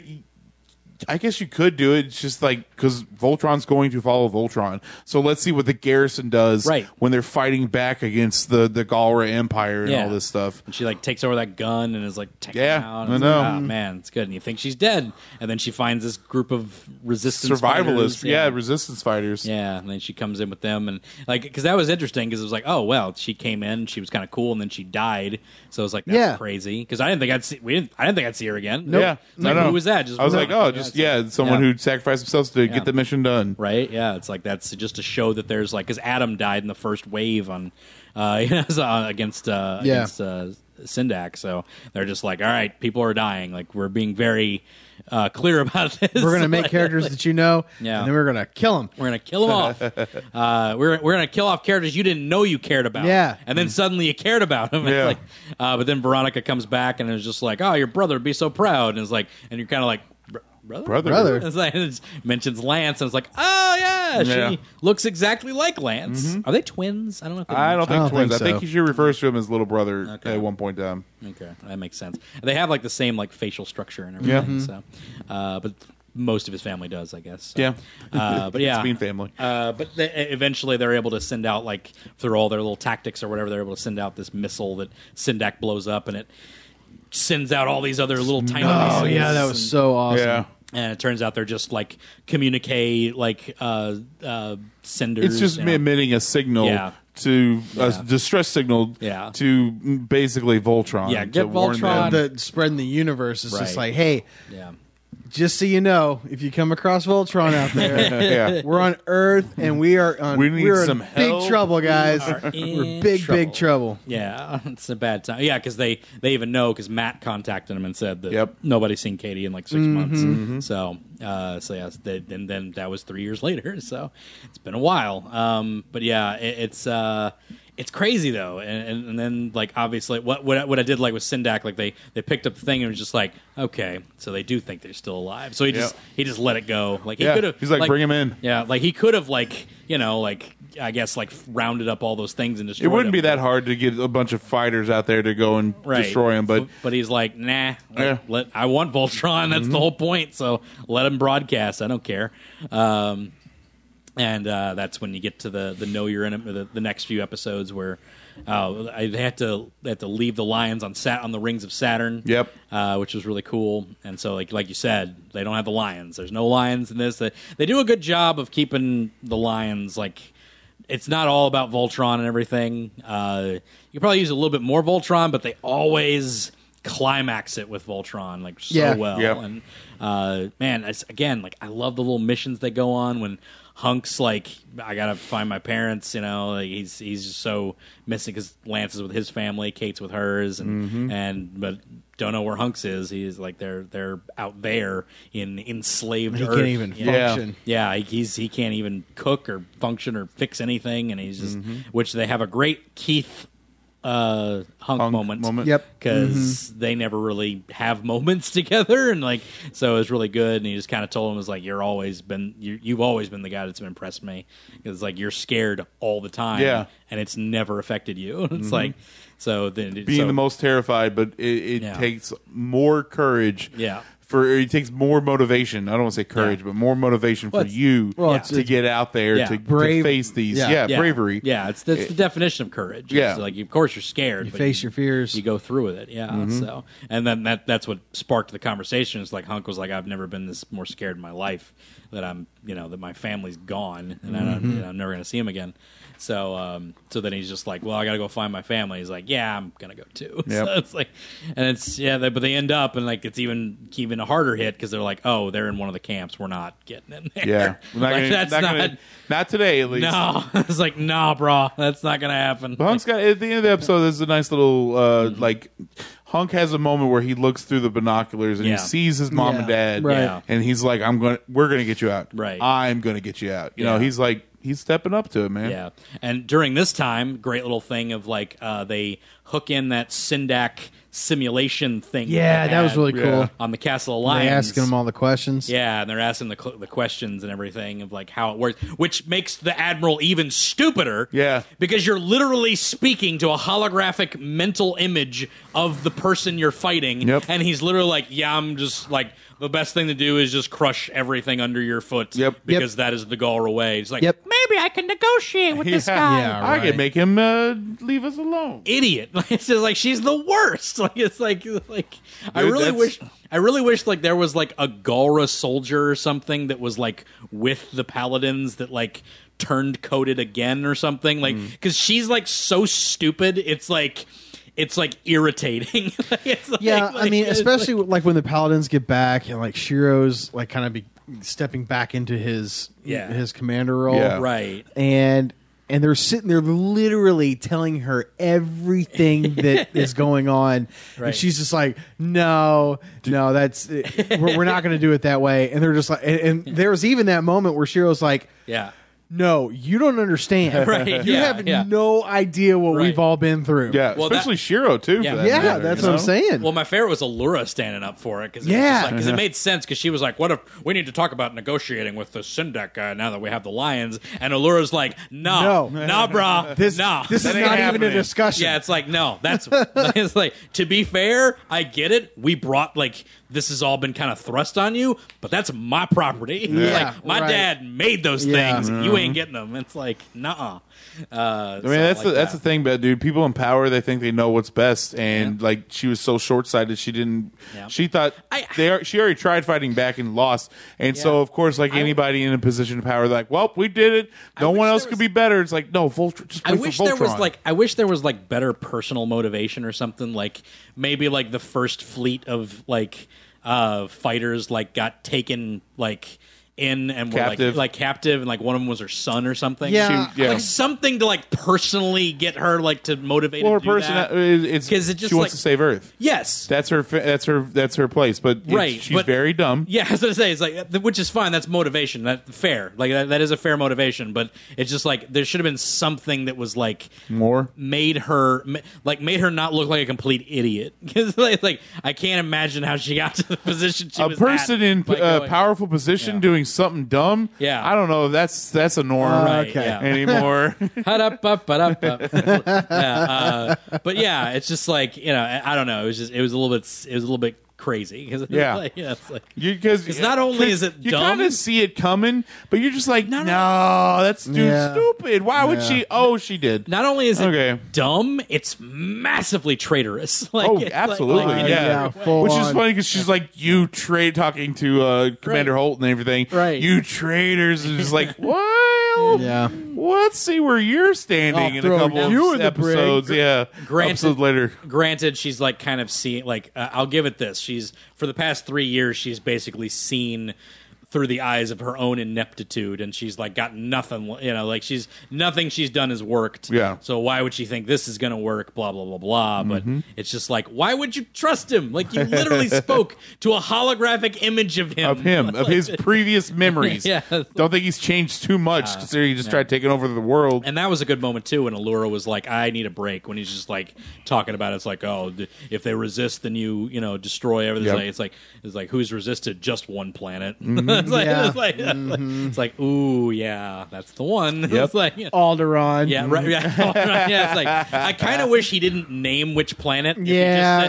I guess you could do it. It's just like because Voltron's going to follow Voltron, so let's see what the garrison does Right. when they're fighting back against the the Galra Empire and Yeah. all this stuff. And she like takes over that gun and is like taking Yeah, it out. And I it's know. Like, oh man, it's good. And you think she's dead, and then she finds this group of resistance Survivalists, fighters. yeah. resistance fighters. yeah. And then she comes in with them, and like because that was interesting because it was like, oh well, she came in, she was kind of cool, and then she died. So I was like, that's Yeah. crazy because I didn't think I'd see we didn't I didn't think I'd see her again. Yeah, It's like, no, no. who was that? Just I was like, Veronica. oh, just it's like- yeah, someone yeah. who sacrificed themselves to Yeah. get the mission done. right? Yeah, it's like that's just to show that there's like because Adam died in the first wave on uh, you know, so, uh, against uh, Yeah. against uh, Syndac, so they're just like, all right, people are dying. Like we're being very uh, clear about this. We're going to make Like, characters that you know, Yeah. and then we're going to kill them. We're gonna kill them off. Uh, we're we're gonna kill off characters you didn't know you cared about. Yeah. and then suddenly you cared about them. It's Yeah. like- uh, but then Veronica comes back and is just like, "Oh, your brother would be so proud." And it's like, and you're kind of like, "Br- "Brother, Brother. Brother. It's like, it mentions Lance, and it's like, "Oh yeah, she Yeah. Mm-hmm. looks exactly like Lance." Are they twins? I don't know. If they I don't think I don't twins. think I think so. he should refer to him as little brother at one point in time. Okay, that makes sense. They have like the same like facial structure and everything. Mm-hmm. So, uh, but most of his family does, I guess. So. Yeah. uh, but yeah, It's being family. Uh, but they, eventually, they're able to send out like through all their little tactics or whatever, they're able to send out this missile that Syndak blows up, and it sends out all these other little tiny. Oh, missiles yeah, that and- was so awesome. Yeah, and it turns out they're just like communique like uh, uh, senders. it's just you know. emitting a signal Yeah. to Yeah. a distress signal. Yeah. to basically Voltron. Yeah, to get warn Voltron. them. The spreading the universe is Right. just like, hey, yeah. just so you know, if you come across Voltron out there, yeah, we're on Earth and we are on We need we're in some help. big trouble, guys. are in we're big, big trouble. Yeah, it's a bad time. Yeah, because they they even know because Matt contacted him and said that Yep. Mm-hmm. nobody's seen Katie in like 6 months. So, uh, so yeah, they, and then that was three years later. So it's been a while. Um, but yeah, it, it's uh, it's crazy though. And, and, and then like obviously what what I, what I did like with Syndak, like they they picked up the thing and was just like okay, so they do think they're still alive. So he just Yeah. he just let it go. Like he Yeah, could have he's like, "Bring him in." Yeah, like he could have like you know like. I guess like rounded up all those things and it destroyed. wouldn't be them. that hard to get a bunch of fighters out there to go and Right. destroy him, but but he's like, nah, let, Yeah. Mm-hmm. let- I want Voltron. That's the whole point. So let him broadcast. I don't care. Um, and uh, that's when you get to the the know you're in it, the, the next few episodes where uh, I had to they had to leave the lions on sat on the rings of Saturn. Yep. uh, which was really cool. And so like like you said, they don't have the lions. There's no lions in this. They, they do a good job of keeping the lions like. It's not all about Voltron and everything. Uh, you could probably use a little bit more Voltron, but they always climax it with Voltron like so Yeah. well. Yep. And uh, man, it's, again, like I love the little missions they go on when Hunk's like, I gotta find my parents. You know, like, he's he's just so missing because Lance is with his family, Kate's with hers, and Mm-hmm. and but don't know where Hunks is. He's like they're they're out there in enslaved. He Earth, can't even you know? Yeah. function. Yeah, he- he's he can't even cook or function or fix anything, and he's just Mm-hmm. which they have a great Keith uh, hunk, Hunk moment. moment. Mm-hmm. Yep. because they never really have moments together, and like so it's really good. And he just kind of told him it's like you're always been you, you've always been the guy that's impressed me because like you're scared all the time, Yeah. Mm-hmm. and it's never affected you. it's like so then being so- the most terrified, but it, it Yeah. takes more courage. Yeah. For it takes more motivation. I don't want to say courage, Yeah. but more motivation Well, for it's- you well, it's- to get out there Yeah. to, to Brave- face these. yeah. Yeah, yeah, bravery. Yeah, it's that's the definition of courage. Yeah. It's like of course you're scared, You but face your fears. you go through with it. Yeah. Mm-hmm. So, and then that that's what sparked the conversation. It's like Hunk was like, "I've never been this more scared in my life that I'm, you know, that my family's gone and I don't, Mm-hmm. you know, I'm never going to see him again." So, um, so then he's just like, "Well, I got to go find my family." He's like, "Yeah, I'm gonna go too." Yep. So it's like, and it's yeah, they, but they end up and like it's even even a harder hit because they're like, "Oh, they're in one of the camps. We're not getting in there." Yeah. We're not Like, gonna- that's not not. gonna- not today, at least. no, it's like nah, brah. That's not gonna happen. But Hunk's got at the end of the episode. There's a nice little uh, Mm-hmm. like Hunk has a moment where he looks through the binoculars and Yeah. he sees his mom and Yeah, dad, right. Yeah. and he's like, "I'm going. to We're going to get you out. Right. I'm going to get you out." You know, Yeah. he's like, he's stepping up to it, man. Yeah, and during this time, great little thing of like uh, they hook in that Syndac simulation thing. Yeah, they that was had really cool. Yeah. on the Castle They Alliance. asking them all the questions. Yeah, and they're asking the cl- the questions and everything of like how it works, which makes the admiral even stupider. Yeah. because you're literally speaking to a holographic mental image of the person you're fighting, Yep. and he's literally like, "Yeah, I'm just like the best thing to do is just crush everything under your foot, Yep. because that is the Gaul way." It's like, Yep. maybe I can negotiate with Yeah. this guy Yeah, I right. can make him uh, leave us alone. idiot. Like, it's just like she's the worst. Like it's like like I Dude, really that's- wish I really wish like there was like a Galra soldier or something that was like with the paladins that like turned coded again or something like Mm. because she's like so stupid. It's like it's like irritating. Like, it's like- Yeah, I like, mean, it's especially like- like, when the paladins get back and like Shiro's like kind of be stepping back into his Yeah. his commander role, Yeah. right. And and they're sitting there literally telling her everything that is going on, Right. and she's just like, "No, no, that's uh, we're, we're not going to do it that way." And they're just like, and, and there was even that moment where Shiro's like. Yeah. No, you don't understand. Right, You yeah, have yeah. no idea what Right. we've all been through. Yeah, Well, that- especially Shiro too. Yeah. for that yeah, matter, that's you what I'm know? saying. Well, my favorite was Allura standing up for it because Yeah. because Uh-huh. it made sense because she was like, "What if we need to talk about negotiating with the Syndac guy now that we have the lions?" And Allura's like, "No, No. nah, brah, this nah, this is ain't not even happening. a discussion. yeah, it's like no, that's it's like to be fair, I get it. We brought like this has all been kind of thrust on you, but that's my property. It's Yeah, like my right. dad made those Yeah. Mm-hmm. things. You ain't getting them. It's like nah. Uh, I mean, that's the, that's the thing, but dude, people in power they think they know what's best, and Yeah. like she was so short sighted, she didn't. Yeah. She thought I- they are, she already tried fighting back and lost, and so of course, like anybody in a position of power, they're like, well, we did it. No wish one else there could was- be better. It's like no, Voltron. Just I wait wish for there was Voltron. like I wish there was like better personal motivation or something like maybe like the first fleet of like uh fighters like got taken like in and were Captive. like like captive and like one of them was her son or something. Yeah. She- yeah. Like something to like personally get her like to motivate or her a person. uh, it- It's 'Cause it just, she like- wants to save Earth. Yes. That's her. fa- That's her. That's her place. But it's- Right, she's but- very dumb. Yeah, I was gonna say it's like, th- which is fine. That's motivation. That fair. Like that, that is a fair motivation. But it's just like there should have been something that was like More. made her ma- like made her not look like a complete idiot. Because like, like, I can't imagine how she got to the position she A was person at in uh, by a going- powerful position Yeah. doing something dumb. Yeah. I don't know. if That's that's a norm Right, Okay. yeah. anymore. Hut up, up, but up, up. yeah, uh, but yeah, it's just like you know, I, I don't know. It was just it was a little bit it was a little bit crazy because Yeah. like, yeah, it's like Because Because not only is it you dumb- kind of see it coming, but you're just like, no, that's too Yeah. stupid. Why would Yeah. she? Oh, she did. not only is it Okay. dumb, it's massively traitorous. Like, Oh, it's like- absolutely, like, yeah. yeah, full Which is on. funny because she's like, "You trade," talking to uh, Commander Holt and everything. Right. You traitors, and just like, well, Yeah. Let's see where you're standing I'll in a throw couple you of in the brig. episodes. Yeah, Granted- episodes later. Granted, she's like kind of seen. Like, uh, I'll give it this: she's for the past three years, she's basically seen through the eyes of her own ineptitude, and she's like got nothing. You know, like she's nothing she's done has worked. Yeah. So why would she think this is going to work? Blah blah blah blah. But Mm-hmm. it's just like, why would you trust him? Like you literally spoke to a holographic image of him. Of him, of his previous memories. Yeah. Don't think he's changed too much considering he just tried taking over the world. Ah, And that was a good moment too when Allura was like, "I need a break." When he's just like talking about it, it's like, "Oh, th- if they resist, then you you know destroy everything." Yep. It's like it's like it's like who's resisted? Just one planet. it's, like, Mm-hmm. Yeah. Mm-hmm. it's, like, it's like, ooh, yeah, that's the one. it's like, yeah, Alderon. yeah, right, yeah, yeah. It's like I kind of wish he didn't name which planet. If Yeah,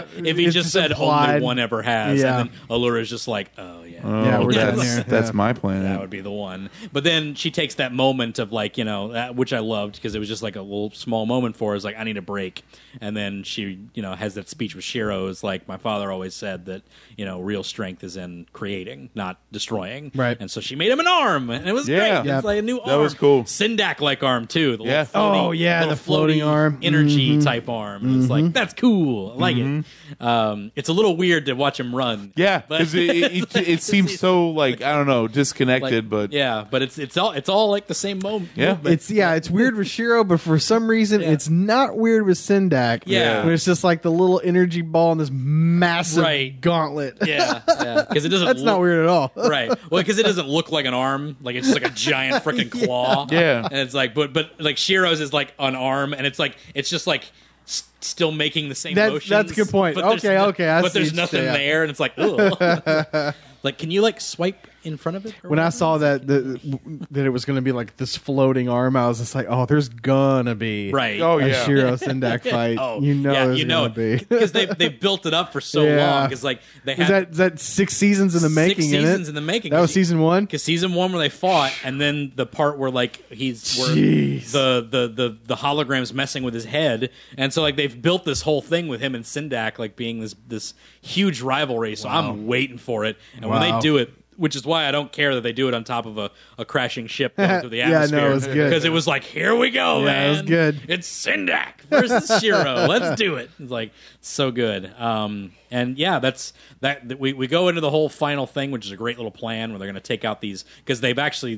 he just said, if he it's just just said only implied. one ever has, Yeah. and then Allura's just like, "Oh yeah." Yeah, Oh, we're down that's, here. that's Yeah. my That planet. would be the one. But then she takes that moment of like, you know, that, which I loved because it was just like a little small moment for her. It's like, I need a break. And then she, you know, has that speech with Shiro. It's like, my father always said that, you know, real strength is in creating, not destroying. Right. And so she made him an arm. And it was Yeah. great. Yeah. It's like a new arm. That was cool. Syndak like arm, too. The little Yeah. floaty- Oh, yeah, little the floating floaty arm. Energy type arm. And It's like, that's cool. I like it. Um, it's a little weird to watch him run. Yeah, But- because it, it, it, it seems so like I don't know like- disconnected, but yeah, but it's it's all it's all like the same moment. Yeah. It's yeah, it's weird with Shiro, but for some reason Yeah. it's not weird with Syndak. Yeah. When it's just like the little energy ball and this massive Right. gauntlet. yeah, because it doesn't. That's not look- weird at all. right? Well, because it doesn't look like an arm. Like it's just like a giant freaking claw. Yeah. and it's like, but but like Shiro's is like an arm, and it's like it's just like s- still making the same That- motions. that's a good point. but there's Okay, no- okay, I but see there's what you're nothing saying. there, and it's like, ugh. like, can you like swipe in front of it? or When I whatever? saw that the, that it was going to be like this floating arm, I was just like, "Oh, there's gonna be Right. Oh, a yeah. Shiro Syndak fight. you know, Oh, yeah, there's you know, gonna be. because they they built it up for so Yeah. long. Because like they had Is that is that six seasons in the making? Six in it? seasons in the making. That was season one. Because season one where they fought, and then the part where like he's where Jeez. the, the the the holograms messing with his head, and so like they've built this whole thing with him and Syndak like being this this huge rivalry. So I'm waiting for it, and when they Wow. do it. Which is why I don't care that they do it on top of a, a crashing ship going through the Yeah, no, it atmosphere. was good. Because it was like, here we go, man. Yeah, it was good. It's Syndak versus Shiro. Let's do it. It's like so good. Um, and yeah, that's that. that We we go into the whole final thing, which is a great little plan where they're going to take out these because they've actually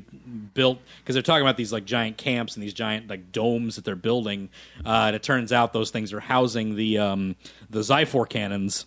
built because they're talking about these like giant camps and these giant like domes that they're building. Uh, and it turns out those things are housing the um, the Zyphor cannons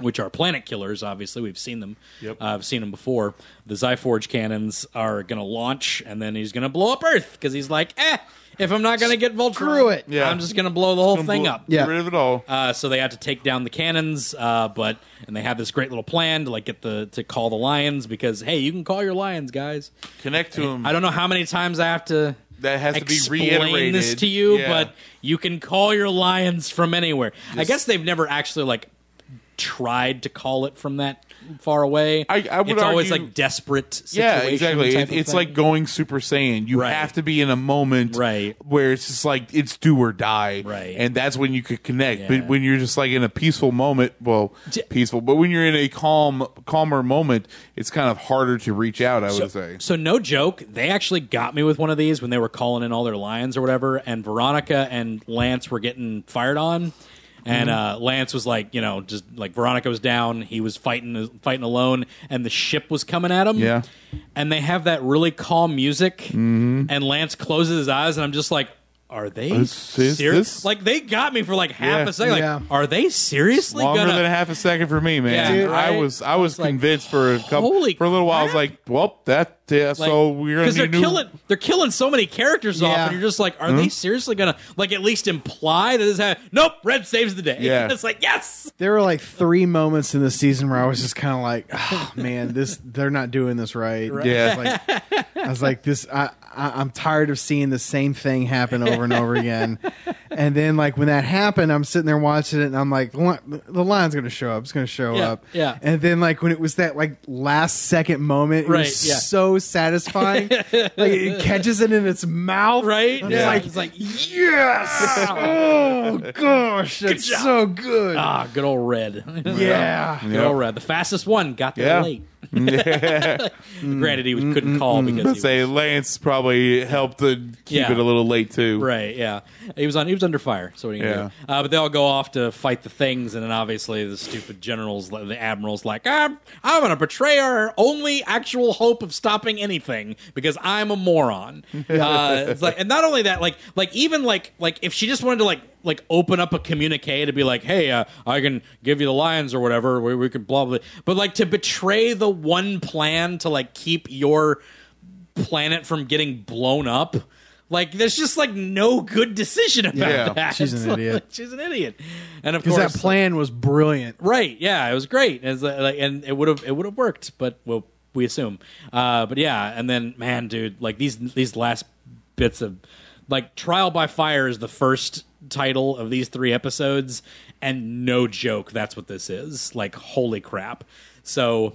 which are planet killers. Obviously, we've seen them. Uh, I've seen them before. The Zyforge cannons are going to launch, and then he's going to blow up Earth because he's like, "Eh, if I'm not going to get Voltron, Screw it. Yeah. I'm just going to blow the whole thing up." Get Yeah. rid of it all. Uh, so they had to take down the cannons, uh, but and they had this great little plan to like get the to call the lions because hey, you can call your lions, guys. Connect to him. I don't know how many times I have to That has to be explain reiterated. this to you, Yeah. but you can call your lions from anywhere. I guess they've never actually like tried to call it from that far away. I- I would it's always argue- like desperate. Yeah, situation exactly. type It, of it's thing. like going Super Saiyan. You Right. have to be in a moment Right. where it's just like it's do or die, Right. And that's when you could connect. Yeah. But when you're just like in a peaceful moment, well, J- peaceful. But when you're in a calm, calmer moment, it's kind of harder to reach out. I would say. So no joke, they actually got me with one of these when they were calling in all their lions or whatever, and Veronica and Lance were getting fired on. And Mm-hmm. uh, Lance was like, you know, just like Veronica was down. He was fighting, fighting alone, and the ship was coming at him. Yeah. And they have that really calm music, Mm-hmm. and Lance closes his eyes, and I'm just like, are they Uh, Is- is serious? this- Like they got me for like half Yeah. a second. Like, Yeah. are they seriously Longer gonna? than half a second for me, man. Yeah, Dude, I right? was I was like, convinced for a couple holy for a little while. I was crap. like, well, that yeah, Like, so we're gonna they're need new. Hmm? killing they're killing so many characters off, Yeah. and you're just like, are they seriously gonna like at least imply that this? Ha- nope, Red saves the day. Yeah. it's like yes, There were like three moments in the season where I was just kind of like, oh, "Man, this they're not doing this right." Yeah. I was like, I was like, "This I, I I'm tired of seeing the same thing happen over and over again," and and then like when that happened, I'm sitting there watching it, and I'm like, the li- the line's going to show up. It's going to show Yeah, up. yeah. And then like when it was that like last second moment, it Right, was yeah. so satisfying. like it catches it in its mouth, Right? And Yeah. It's It's like, like, yes. oh gosh, that's so good. Ah, good old red. yeah. Good old red. The fastest one got there Yeah. late. Granted, he was, couldn't call because Let's he say was, Lance probably helped to keep Yeah. it a little late too. right, yeah, he was on. He was under fire. So what are you gonna do? Uh, but they all go off to fight the things, and then obviously the stupid generals, the admirals, like I'm, I'm gonna betray our only actual hope of stopping anything because I'm a moron. uh, it's like, and not only that, like, like even like, like if she just wanted to like like open up a communique to be like, hey, uh, I can give you the lions or whatever. We, we could blah blah. But like to betray the one plan to like keep your planet from getting blown up. Like there's just like no good decision about Yeah. that. She's an It's like, idiot. she's an idiot. And of course, Because that plan was brilliant. right? Yeah, it was great, and, it's uh, like- like- and it would have it would have worked, but well, we assume. Uh, but yeah, and then man, dude, like these these last bits of like trial by fire is the first title of these three episodes, and no joke, that's what this is. Like holy crap! So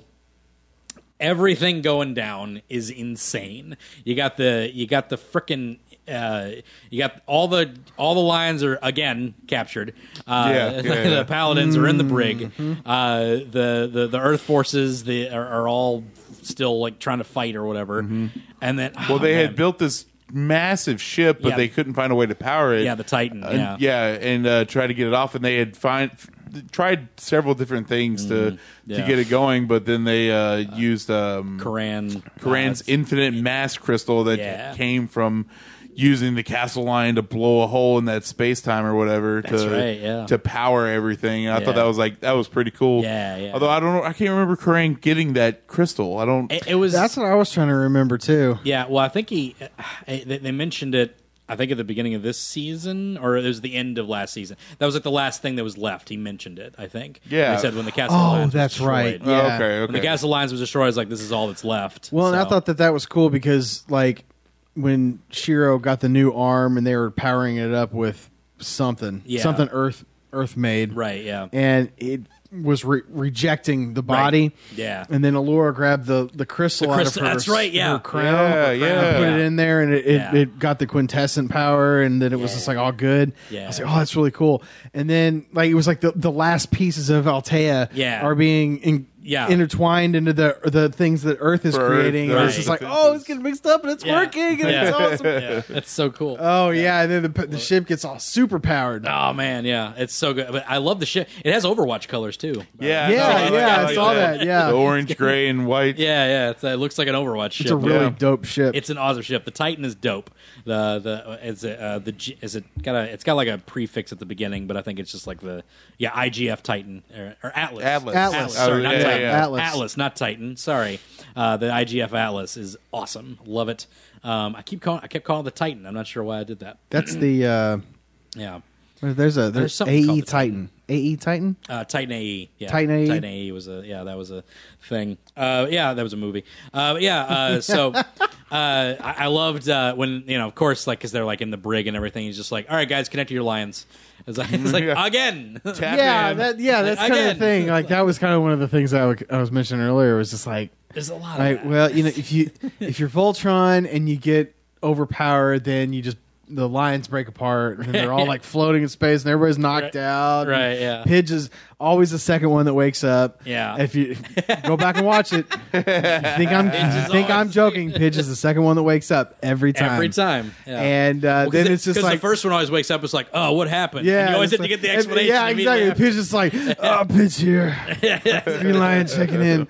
everything going down is insane. You got the you got the frickin' uh, you got all the all the lions are again captured. Uh, Yeah, yeah, yeah. the paladins are in the brig. Uh, the, the the earth forces the, are, are all still like trying to fight or whatever. And then Well, oh, they man. had built this massive ship, but Yeah. they couldn't find a way to power it. yeah the Titan and, yeah. and uh, try to get it off. And they had find tried several different things to to Mm, yeah. get it going, but then they uh, used um, Koran Karan's infinite mass crystal that Yeah. came from using the castle line to blow a hole in that space time or whatever to right, yeah. to power everything. And I thought Yeah. that was like that was pretty cool. Yeah, yeah. Although I don't know, I can't remember Karan getting that crystal. I don't. it, it was That's what I was trying to remember too. Yeah, well, I think he eh, they they mentioned it. I think at the beginning of this season, or it was the end of last season. That was like the last thing that was left. He mentioned it. I think. Yeah. He said when the castle. Oh, Alliance was that's right. destroyed. Oh, Yeah. Okay. When the Okay. castle lines was destroyed, I was like, "This is all that's left." Well, and I So- thought that that was cool because like when Shiro got the new arm and they were powering it up with something, Yeah. something Earth Earth made, Right. Yeah. And it was re- rejecting the body, Yeah. And then Allura grabbed the the crystal, The out of crystal- her- that's right, yeah. her crown, yeah. and Yeah. put it in there, and it, it, Yeah. it got the quintessent power, and then it was just like all good. Yeah. I was like, oh, that's really cool. And then like it was like the, the last pieces of Altea Yeah. are being in, Yeah. intertwined into the the things that Earth is For Earth, creating. and It's right. just like oh, it's getting mixed up, and it's Yeah. working, and Yeah. it's awesome. Yeah, That's so cool. Oh yeah, and then the, the ship gets all super powered. Oh man, yeah, it's so good. But I love the ship. It has Overwatch colors too. Yeah. Yeah, I know, yeah, I like saw that, yeah. The orange, gray, and white. Yeah, yeah. It's, it looks like an Overwatch ship. It's a really Yeah. dope ship. It's an awesome ship. The Titan is dope. The the it's a, uh, the G- is it got a it's got like a prefix at the beginning, but I think it's just like the yeah IGF Titan or, or Atlas. Atlas. Atlas. sorry, Oh, not yeah, Titan. yeah, yeah. Atlas. Atlas. not Titan. Sorry, uh, the IGF Atlas is awesome. Love it. Um, I keep calling I kept calling it the Titan. I'm not sure why I did that. That's the uh, Yeah, there's a There's there's, something called AE the Titan. Titan. AE Titan. uh, Titan AE. Yeah. Titan E? AE? Titan AE was a yeah, that was a thing. Uh, yeah, that was a movie. Uh, yeah, uh, so uh, I, I loved uh, when you know, of course, like because they're like in the brig and everything. He's just like, all right, guys, connect to your lions. It's like, it's like Yeah. again. Tap yeah, in. that, yeah, that's Like, kind of again. the thing. Like that was kind of one of the things I, w- I was mentioning earlier. Was just like, There's a lot. Of like, that. well, you know, if you if you're Voltron and you get overpowered, then you just the lions break apart and then they're all like floating in space and everybody's knocked out. Right, yeah. Pidge is always the second one that wakes up. Yeah. If you go back and watch it, you think I'm you is think I'm always- joking. Pidge is the second one that wakes up every time. every time. Yeah. And uh, Well, 'cause then it- it's just 'cause like the first one always wakes up. It's like, oh, what happened? yeah, and you always it's have to get like- the and- explanation. Yeah, immediately exactly. The pitch is like, oh, pitch here. Green lion checking in.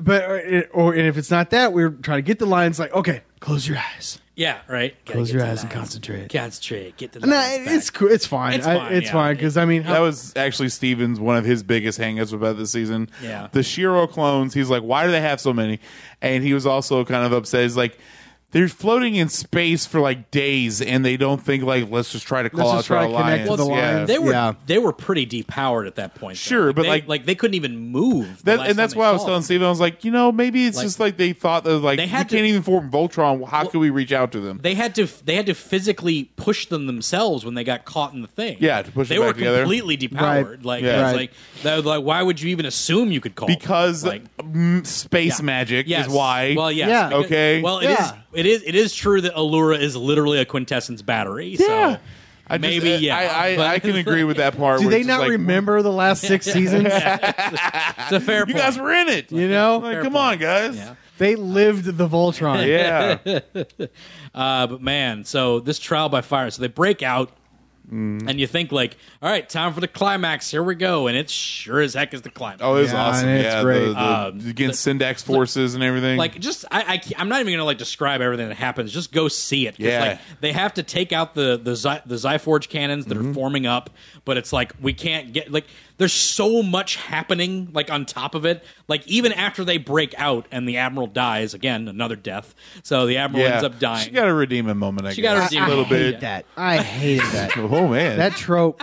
But or, it- or and if it's not that, we're trying to get the lions. Like, okay, close your eyes, after. Yeah, right. Gotta close get your the eyes and lions. concentrate. Concentrate. Get the. No, lions it- back. it's cool. It's fine. It's I- fine, it's yeah. fine because I mean, That was actually Stevens one of his biggest hangups about this season. Yeah. The Shiro clones, he's like, why do they have so many? And he was also kind of upset. He's like, they're floating in space for like days, and they don't think like let's just try to call Let's out just to our try to connect alliance. to the yeah. lines. They were Yeah. they were pretty depowered at that point. though. Sure, but, they- like- like they couldn't even move. the That, last and that's time they why I was called. telling Steven, I was like, you know, maybe it's Like- just like they thought that like They had we to- can't even form Voltron. How Well- could we reach out to them? They had to they had to physically push them themselves when they got caught in the thing. Yeah, to push they it back were together. completely depowered. Right. Like Yeah. it was Right. like that was like why would you even assume you could call them? because like mm, space Yeah. magic yes. is why. Well, yes. Yeah. because- Okay. Well, it is. Yeah. It is. It is true that Allura is literally a quintessence battery. Yeah. So I just- maybe I- yeah. I, I, but- I can agree with that part. Do where they it's just not like, remember the last six seasons? It's a fair You point. guys were in it. You know? like, Fair come point. on, guys. Yeah. They lived the Voltron. Yeah. Uh, but man, so this trial by fire. So they break out, Mm. and you think like, all right, time for the climax. Here we go, and it sure as heck is the climax. Oh, it was Yeah, awesome. and it's yeah, great. The, the, Um, against Syndax forces and everything. Like just I, I ca- I'm not even gonna like describe everything that happens. Just go see it. 'Cause, Yeah. like, they have to take out the the Zy, the Zyforge cannons that Mm-hmm. are forming up, but it's like we can't get like there's so much happening like on top of it. Like even after they break out and the admiral dies again, another death. So the admiral yeah, ends up dying. She got a redeeming moment. I She guess. got a redeeming a little I hate bit. that. I hated that. Oh man, that trope.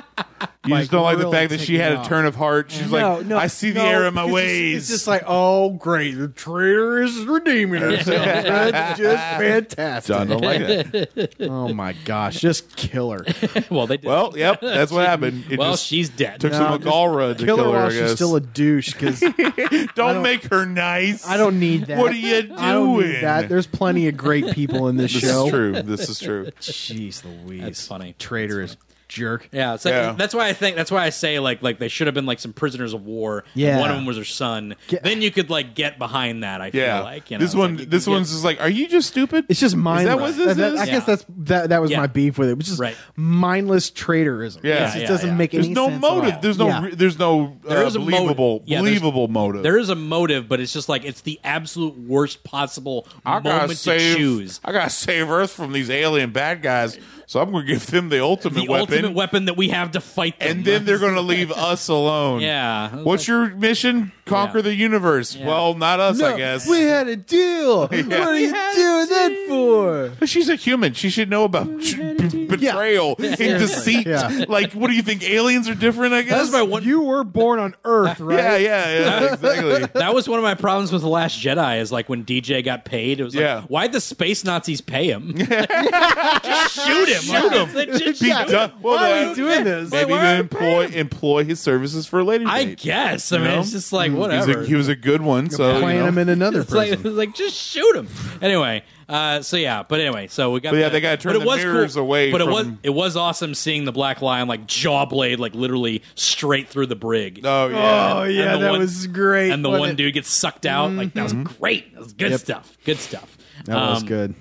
you just don't like the really fact that ticked she me had off. a turn of heart. She's like, I see the no, error in my it's just- ways. it's just like, oh, great. The traitor is redeeming herself. That's just fantastic. I don't like that. Oh, my gosh. Just kill her. well, they did. Well, yep, that's what happened. It well, just she's dead. took No, some just Agalra to Kill her while I she's guess. still a douche because don't, don't- make her nice. I don't need that. What are you doing? I don't need that. There's plenty of great people in this, this show. is true. This is true. Jeez Louise. That's funny. Traitor is jerk. Yeah, so Yeah. that's why I think that's why I say like like they should have been like some prisoners of war. and Yeah. one of them was her son. Get- then you could like get behind that. I Yeah, feel like you know, this one, Like, you this could one's just like, are you just stupid? It's just mindless. what this That- that- is? I Yeah. guess that's that. That was Yeah. my beef with it. Which is Right. mindless traitorism. Yeah. It's- Yeah, it yeah, doesn't yeah. make any There's no sense at motive. all. There's no. Yeah. re- There's no. Uh, There is a motive. believable, Yeah, there's- believable motive. there is a motive, but it's just like it's the absolute worst possible I gotta moment save. to choose. I gotta save Earth from these alien bad guys. So I'm gonna give them the ultimate The weapon, ultimate weapon that we have to fight them. and then they're gonna leave us alone. yeah. What's your mission? Conquer Yeah. the universe. Well, not us, I No, guess. we had a deal. What are you doing that for? But she's a human. She should know about b- betrayal and deceit. Yeah. Like, what do you think? Aliens are different, I guess? That's my one. You were born on Earth, right? yeah, yeah, yeah, exactly. That was one of my problems with the Last Jedi. Is like when DJ got paid, it was like, Yeah. why'd the space Nazis pay him? just shoot him! Shoot him! just Be shoot him. done. Well, Why are then, we doing this? Maybe Why are even we employ employ his services for a later I date. guess. I You mean, know? it's just Mm. like He's whatever. a, he was a good one, Oh, so you Playing know. him in another it's like, person. it's like just shoot him. Anyway, uh, so yeah, but anyway, so we got. But yeah, the- they gotta turn but it the was mirrors cool, away But it from- was it was awesome seeing the Black Lion like jaw blade like literally straight through the brig. Oh yeah. oh And yeah, the that one- was great. and the wasn't one it? dude gets sucked out. Like that was Mm-hmm. great. That was good Yep. stuff. Good stuff. That was Um, good.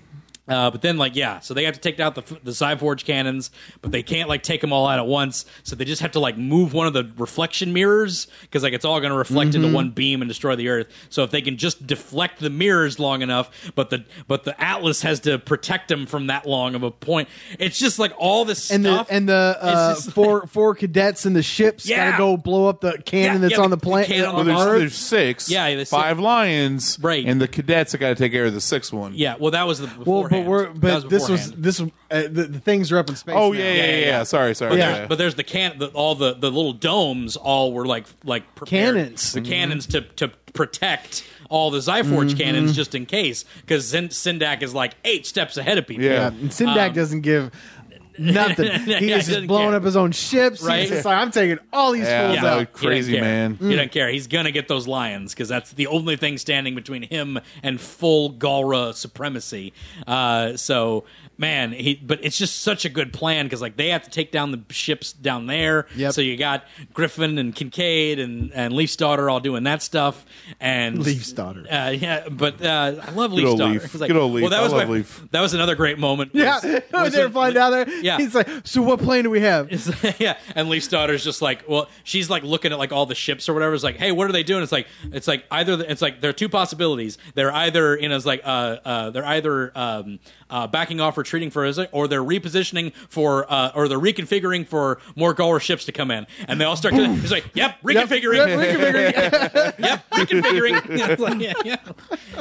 Uh, but then, like, yeah, so they have to take out the the Cyforge cannons, but they can't like take them all out at once. So they just have to like move one of the reflection mirrors because like it's all going to reflect Mm-hmm. into one beam and destroy the Earth. So if they can just deflect the mirrors long enough, but the but the Atlas has to protect them from that long of a point. It's just like all this And the stuff and the uh, It's just four four cadets in the ships Yeah. gotta go blow up the cannon Yeah, that's yeah, on the the planet. cannon on Well, the there's, Earth. there's six. Yeah, there's five lions. Right. And the cadets have got to take care of the sixth one. yeah. Well, that was the Well, beforehand. but we're That was but this was beforehand. this uh, the, the things are up in space. Oh now. yeah, yeah, yeah. Yeah, yeah, yeah. Sorry, sorry. Yeah. yeah. But there's the can the, all the, the little domes all were like like prepared. Cannons. the cannons to to protect all the Zyforge Mm-hmm. cannons just in case because Zin- Syndak is like eight steps ahead of people. Yeah. Yeah, and Sindak doesn't give nothing. Um, Yeah, He he is doesn't just blowing care. up his own ships. Right. He's just like, I'm taking all these Yeah, Mm. fools that out. was crazy, he don't care. man. He doesn't care. He's gonna get those lions because that's the only thing standing between him and full Galra supremacy. Uh, so man, he but it's just such a good plan because like they have to take down the ships down there. Yep. So you got Griffin and Kincaid and and Leaf's daughter all doing that stuff and Leaf's daughter. Uh, yeah, but uh, I love Leaf's old daughter. Leaf. It's like- Good old Leaf. Well, that I was love my- Leaf. that was another great moment. Yeah, Was- when was they it- find out there, Yeah. he's like, "So what plan do we have?" yeah, and Leaf's daughter's just like, well, she's like looking at like all the ships or whatever. It's like, hey, what are they doing? It's like, it's like either it's like there are two possibilities. They're either in as like uh uh they're either um uh backing off, retreating for is or they're repositioning for uh or they're reconfiguring for more Gauler ships to come in. And they all start. To, it's like, yep, reconfiguring, Yep, reconfiguring. yep, reconfiguring. yeah, yeah,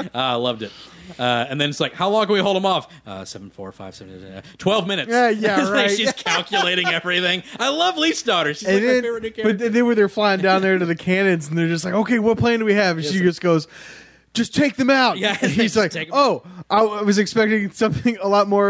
yeah. Uh, loved it. Uh, and then it's like, how long can we hold them off? Uh, seven, four, five, seven, eight, eight, eight, 12 minutes. Yeah, yeah, It's like right. she's calculating everything. I love Leaf's daughter. She's like And my then, favorite new but character. then when they're flying down there to the cannons, and they're just like, "Okay, what plan do we have?" And she just goes, "Just take them out." Yeah, And he's like, take 'em. "Oh, I I was expecting something a lot more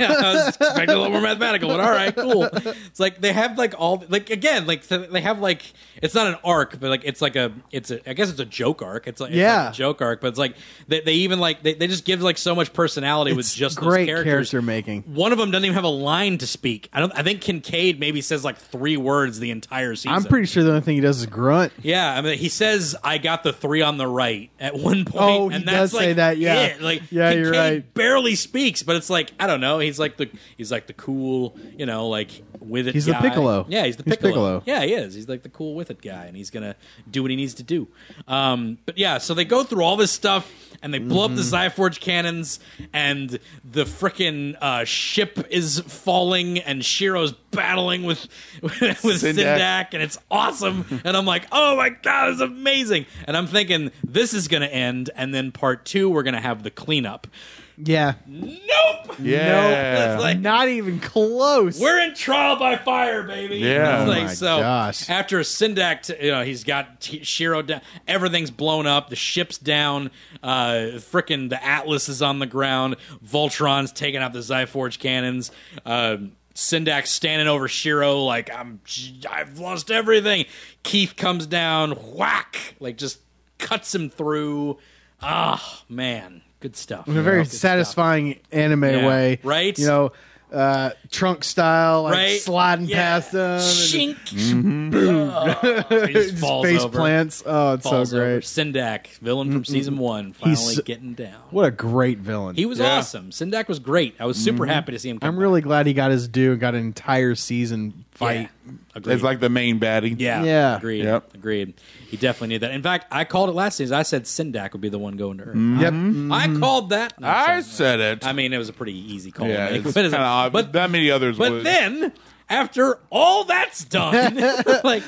Yeah, I was expecting a little more mathematical, but all right, cool. It's like they have like all like again like so they have like it's not an arc, but like it's like a it's a I guess it's a joke arc. It's like it's Yeah. like a joke arc, but it's like they, they even like they, they just give like so much personality with It's just those great characters. character making. One of them doesn't even have a line to speak. I don't. I think Kincaid maybe says like three words the entire season. I'm pretty sure the only thing he does is grunt. Yeah, I mean, he says I got the three on the right at one point. Oh, he and that's does like say that, yeah. it. like Yeah, you're Kincaid right. Barely speaks, but it's like I don't know. He's like the he's like the cool, you know, like with it. He's the guy. Piccolo. Yeah, he's the He's piccolo. Piccolo. Yeah, he is. He's like the cool with it guy, and he's gonna do what he needs to do. Um, but yeah, so they go through all this stuff. And they blow up the Zyforge cannons, and the frickin' uh, ship is falling, and Shiro's battling with with Syndak. Syndak and it's awesome. And I'm like, oh my god, it's amazing. And I'm thinking this is gonna end, and then part two, we're gonna have the cleanup. Yeah, Nope. Yeah. It's like, not even close. we're in trial by fire, baby. Yeah. It's like, Oh my so gosh. after Syndak, t- you know, he's got t- Shiro down. Everything's blown up. The ship's down. Uh, Frickin' the Atlas is on the ground. Voltron's taking out the Zyforge cannons. Uh, Syndak's standing over Shiro like I'm. I've lost everything. Keith comes down. Whack! Like just cuts him through. Ah, man, good stuff. in a very satisfying anime Yeah. way, Right? You know, uh, trunk style, like Right? sliding Yeah. past them, and Shink. Boom. he just just falls face over. plants. Oh, it's so Falls over. great! Syndak, villain from season one, finally He's so- getting down. What a great villain! He was Yeah. awesome. Syndak was great. I was super happy to see him. Come I'm back. really glad he got his due and got an entire season fight. Yeah. Agreed. It's like the main baddie. yeah, Yeah. agreed, Yep. agreed. He definitely needed that. In fact, I called it last season. I said Syndak would be the one going to Earth. Yep. I called that. No, I'm I sorry. said it. I mean, it was a pretty easy call. yeah, to make, it's but kind of odd. but But that many others But would. then, after all that's done, like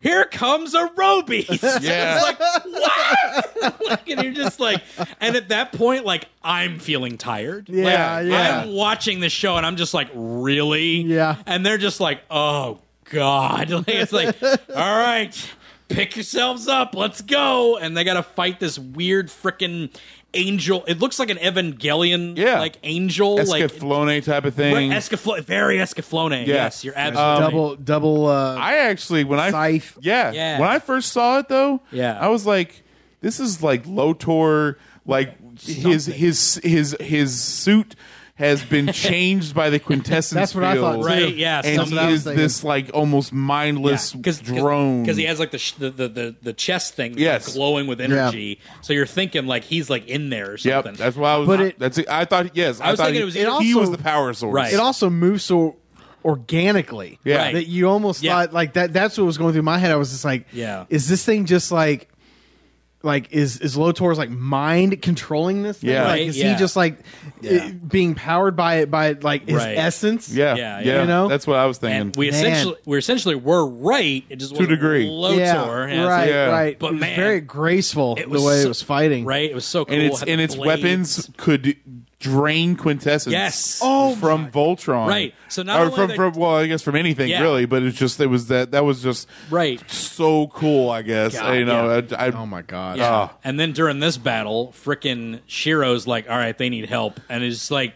here comes a Robies. Yeah. It's like, what? like, and you're just like, and at that point, like I'm feeling tired. Like, Yeah, yeah. I'm watching the show, and I'm just like, really? Yeah. And they're just like, oh god. Like, it's like, all right. Pick yourselves up, let's go! And they got to fight this weird freaking angel. It looks like an Evangelion, Yeah. like angel, like Escaflowne type of Right, thing. Escaflo- very Escaflowne. Yeah. Um, Yes, you're absolutely right. double, double. Uh, I actually when I Scythe. Yeah, Yeah. when I first saw it though, Yeah. I was like, this is like Lotor. Like his his his his suit has been changed by the quintessence. That's what I thought, field, too. Right, yeah, and something he I was is thinking. this like almost mindless drone. because he has like the sh- the, the the the chest thing that's Yes. like, glowing with energy. So you're thinking like he's like in there or Yep, something. that's why I was. But it- that's I thought yes. I, was thought thinking he, it was- he it was also- the power source. Right. it also moves so organically Yeah. Right. that you almost Yeah. thought like that that's what was going through my head i was just like Yeah. is this thing just like like is is lotor's like mind controlling this thing? Yeah. like Right, is yeah. he just like it- being powered by it by like his Right. essence Yeah, Yeah, yeah, yeah. You know? That's what I was thinking. and we Man. essentially we essentially were right. It just to a degree. Lotor, yeah, yeah, right so- Yeah. right But it was man, very graceful it was the way so- it was fighting right. It was so cool. and its had the and its blades. weapons could drain quintessence. Yes. Oh, from Voltron. Right. So not or only from they- from well, I guess from anything Yeah. really, but it's just it was that that was just Right. so cool. I guess God, you know. I, I, oh my god Yeah. Ah. And then during this battle, frickin' Shiro's like, all right, they need help, and it's just like,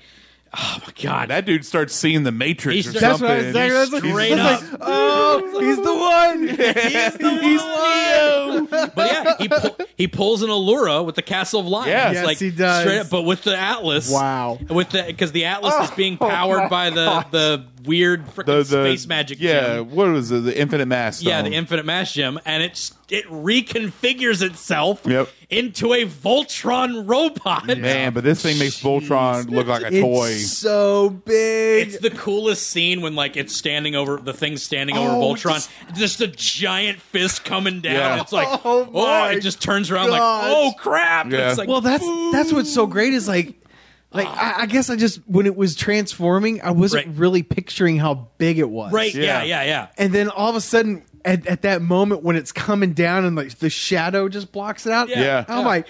oh my god, That dude starts seeing the Matrix He's- or that's something. what i was thinking I was like, Straight I was up. like, oh he's the one He's the one. But yeah, he pu- he pulls an Allura with the Castle of Lions. Yeah. Yes, like, he does. Straight up, but with the Atlas. Wow. Oh, With the because the Atlas is being powered by the the weird freaking the, the space magic. Yeah, Gem. what was it? The Infinite Mass. Yeah, the Stone. Infinite Mass Gem, and it's it reconfigures itself Yep. into a Voltron robot. Man, but this thing makes Voltron look like a toy. it's so big It's the coolest scene when like it's standing over the thing standing over Oh, Voltron, just, a giant fist coming down. Yeah. It's like oh, Oh, my it just turns around God. like oh crap. Yeah. It's like well that's that's what's so great is like like I, I guess i just when it was transforming i wasn't Right. really picturing how big it was right, yeah, Yeah. yeah, yeah. and then all of a sudden at, at that moment when it's coming down and like the shadow just blocks it out Yeah. Yeah. i'm like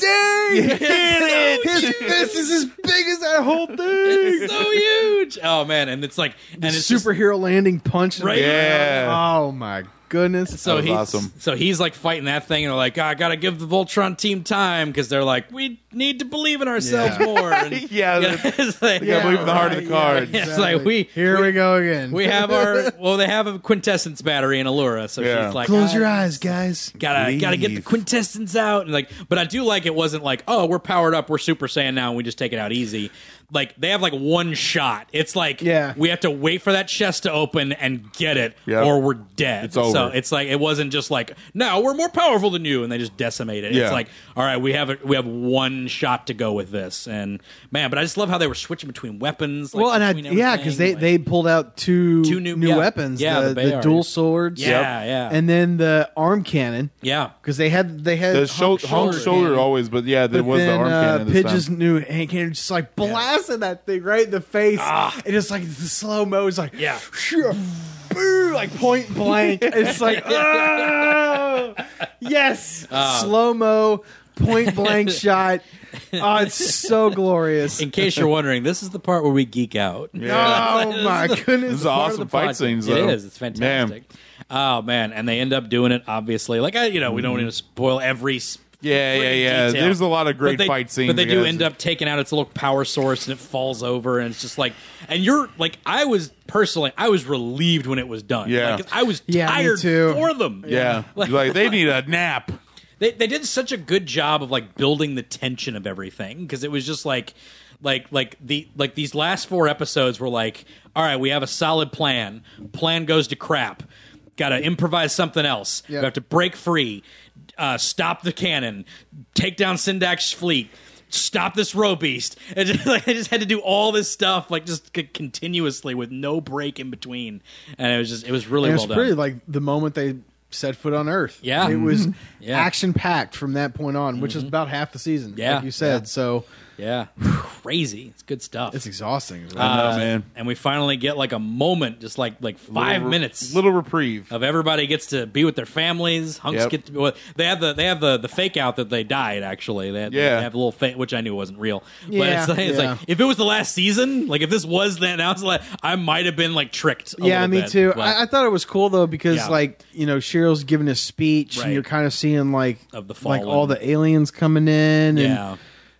dang! Hit His fist is as big as that whole thing. It's so huge. Oh man, and it's like and it's just- superhero landing punch. Right. Yeah. Oh my goodness. so was he's awesome. so he's like fighting that thing, and they're like, "Ah, I gotta give the Voltron team time because they're like, we need to believe in ourselves Yeah. more. And, Yeah, you know, that's- it's like, Yeah, believe in the heart of the right, cards. Yeah. It's like, we- here we, go again. we have our well, they have a quintessence battery in Allura, so Yeah. she's like, close "Ah, your eyes, guys. gotta gotta get the Leave. quintessence out and like but i do like it wasn't like oh we're powered up we're super saiyan now and we just take it out easy like they have like one shot it's like Yeah. we have to wait for that chest to open and get it Yep. or we're dead It's over. so it's like it wasn't just like no we're more powerful than you and they just decimate it Yeah. it's like all right we have a, we have one shot to go with this and man but i just love how they were switching between weapons like, well, and I, between yeah, everything, because they, like- they pulled out two, Two new- new, yeah. weapons. Yeah, the the, the, Bayard. dual swords. yeah yeah And then the arm cannon. yeah Because they had they had The sho- Hulk hung shoulder cannon. always, but yeah, there But was the then, arm uh, cannon. this Pidge's time. new hand cannon just like blasted that thing right in the face. And it's like the slow mo is like, Ah. Yeah. "Shoo, boo, like point blank. it's like, oh, yes, Ah. slow mo, point blank shot. Oh, it's so glorious. in case you're wondering this is the part where we geek out Oh my goodness. This part is of awesome the fight project. scenes. It though. is. It's Man. fantastic. Oh man, and they end up doing it. Obviously, like I, you know, we don't want to spoil every. s- Mm-hmm. Yeah, yeah, freaking yeah. detail. There's a lot of great But they- fight scenes. but they do because- end up taking out its little power source, and it falls over, and it's just like, and you're like, I was personally, I was relieved when it was done. Yeah. like, I was Yeah, me tired too. for them. Yeah, Like- like they need a nap. they they did such a good job of like building the tension of everything because it was just like like like the like these last four episodes were like all right we have a solid plan plan goes to crap gotta improvise something else Yeah. we have to break free uh, stop the cannon take down syndak's fleet stop this row beast and just, like, i just had to do all this stuff like just c- continuously with no break in between and it was just it was really And well it's pretty done like the moment they set foot on Earth. Yeah. Mm-hmm. It was Yeah. Mm-hmm. action packed from that point on, which is about half the season. Yeah. Like you said. So yeah crazy it's good stuff it's exhausting. It's Uh, I know, Oh, man. and we finally get like a moment, just like like five Little re- minutes Little reprieve. of everybody gets to be with their families. Hunks Yep. get to, well, they have the they have the the fake out that they died actually. They, had, Yeah. they have a little fake, which I knew wasn't real. but Yeah, it's, like, it's yeah. like if it was the last season, like if this was the announcement, like, I might have been like tricked. a yeah, little me bit, too. but- I, I thought it was cool though because Yeah. like you know Cheryl's giving a speech Right. and you're kind of seeing like Of the like all fallen. the aliens coming in. Yeah. And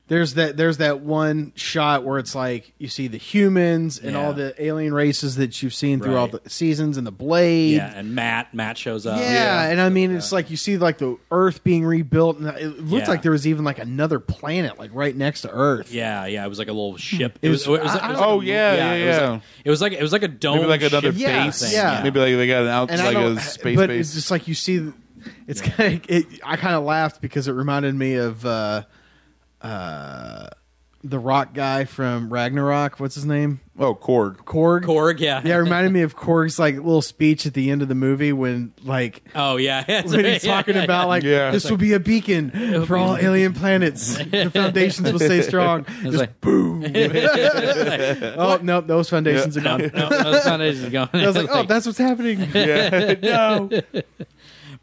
there's that there's that one shot where it's like you see the humans and Yeah. all the alien races that you've seen through all Right. the seasons and the blade. yeah, and Matt Matt shows up. Yeah, and I mean, it's like you see like the Earth being rebuilt, and it looked Yeah. like there was even like another planet like right next to Earth. Yeah, yeah, it was like a little ship. Hmm. It was- I- like I- Oh, a- yeah, yeah, It was, yeah. like, it was like it was like a dome, Maybe like another ship Yeah, base. thing, yeah. Maybe like they got an out and like I don't, a space but base. it's just like you see, it's kind of. It, I kind of laughed because it reminded me of uh, uh, the rock guy from Ragnarok. What's his name? oh, Korg. Korg. Korg, yeah. Yeah, it reminded me of Korg's like little speech at the end of the movie when like Oh yeah, That's when right. he's Yeah, talking yeah, about like Yeah. this will be a beacon for all alien planets. the foundations will stay strong. yeah. Just oh no, those foundations are gone. no, those foundations are gone. I was like, oh, that's what's happening. Yeah, no.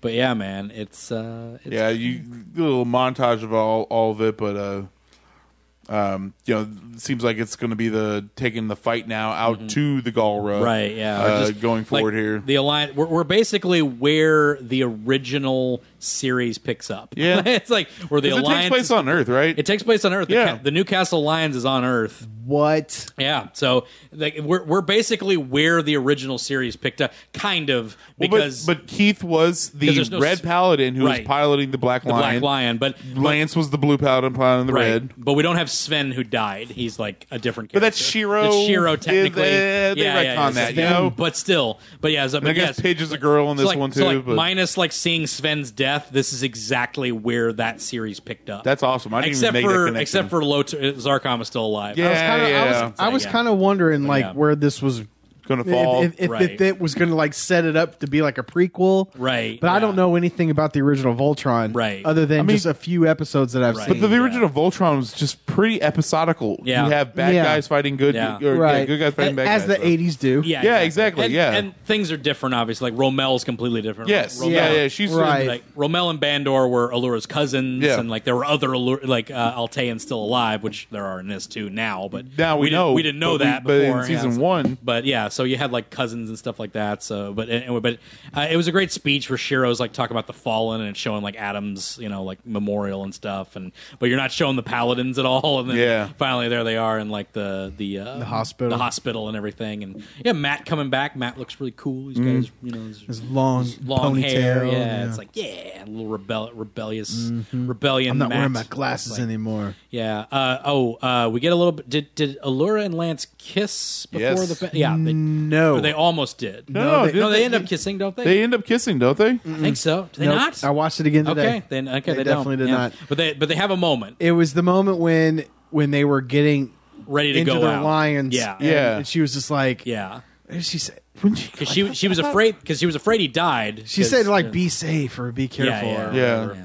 but yeah, man, it's uh, it's, Yeah, you do a little montage of all all of it, but uh, um, you know, it seems like it's going to be the taking the fight now out to the Galra, Mm-hmm. right, yeah, or uh, just, going like, forward here. The alliance, we're, we're basically where the original series picks up. Yeah. it's like where the 'Cause it alliance. takes place is- on Earth, right? it takes place on Earth. The Yeah. ca- the Newcastle Lions is on Earth. What? Yeah, so like we're we're basically where the original series picked up, kind of Well, because but, but Keith was the there's no red s- paladin who Right. was piloting the Black the Lion. Black Lion, but Lance was the blue paladin piloting the Right. red. But we don't have Sven who died. He's like a different character. But that's Shiro. That's Shiro technically. They, they yeah, yeah, yeah, retcon that, you Sven, know? But still. But yeah, so, And I but guess yes. Pidge is a girl in So this like, one too. so like but minus like seeing Sven's death, this is exactly where that series picked up. that's awesome. I didn't except even make that for connection. except for Low Zarkon was still alive. yeah, I was kinda, yeah. I was, I was kind of wondering like Yeah. where this was going to fall. If, if, if Right. it, that was going to like set it up to be like a prequel, Right, But I don't yeah. know anything about the original Voltron, Right. Other than I mean- just a few episodes that I've Right. seen. but the, the yeah. original Voltron was just pretty episodical. Yeah. You have bad Yeah. guys fighting good, Yeah. or, yeah, good guys fighting bad as guys. the so. '80s do. Yeah, Yeah, exactly, And- yeah. and things are different. Obviously, like Romel's completely different. Yes, Romel- yeah, yeah, she's Right. Like Romel and Bandor were Allura's cousins, Yeah. and like there were other Allura, like uh, Alteans still alive, which there are in this too now. But Now we, didn't- know we didn't know but that but before in yeah, season so- one. But yeah, so you had like cousins and stuff like that. So, but anyway, but uh, it was a great speech where Shiro's like talking about the fallen and showing like Adam's, you know, like memorial and stuff. And but you're not showing the paladins at all. And then Yeah. finally there they are in like the the, uh, The hospital. the hospital and everything. And yeah, Matt coming back. Matt looks really cool. He's got Mm-hmm. his, you know, his, His long, long ponytail. Mm-hmm. hair. Yeah, it's like yeah, a little rebel, rebellious, rebellion. I'm not Matt. wearing my glasses Like, anymore. yeah. Uh, oh, uh, we get a little bit. Did did Allura and Lance kiss before Yes. the? Fa- yeah. They, No, or they almost did. No, no, Mm. they- did No, they end up kissing, don't they? They end up kissing, don't they? Mm-hmm. I think so. Do they Nope. not? I watched it again today. okay, then okay, They they, don't. definitely did Yeah. not. But they but they have a moment It was the moment when when they were getting ready to into go the out. lions. Yeah, and, Yeah. and she was just like, yeah. what did she said when she Because she she was afraid because she was afraid he died. she 'cause- said like be safe or be yeah, careful. yeah, or- Yeah.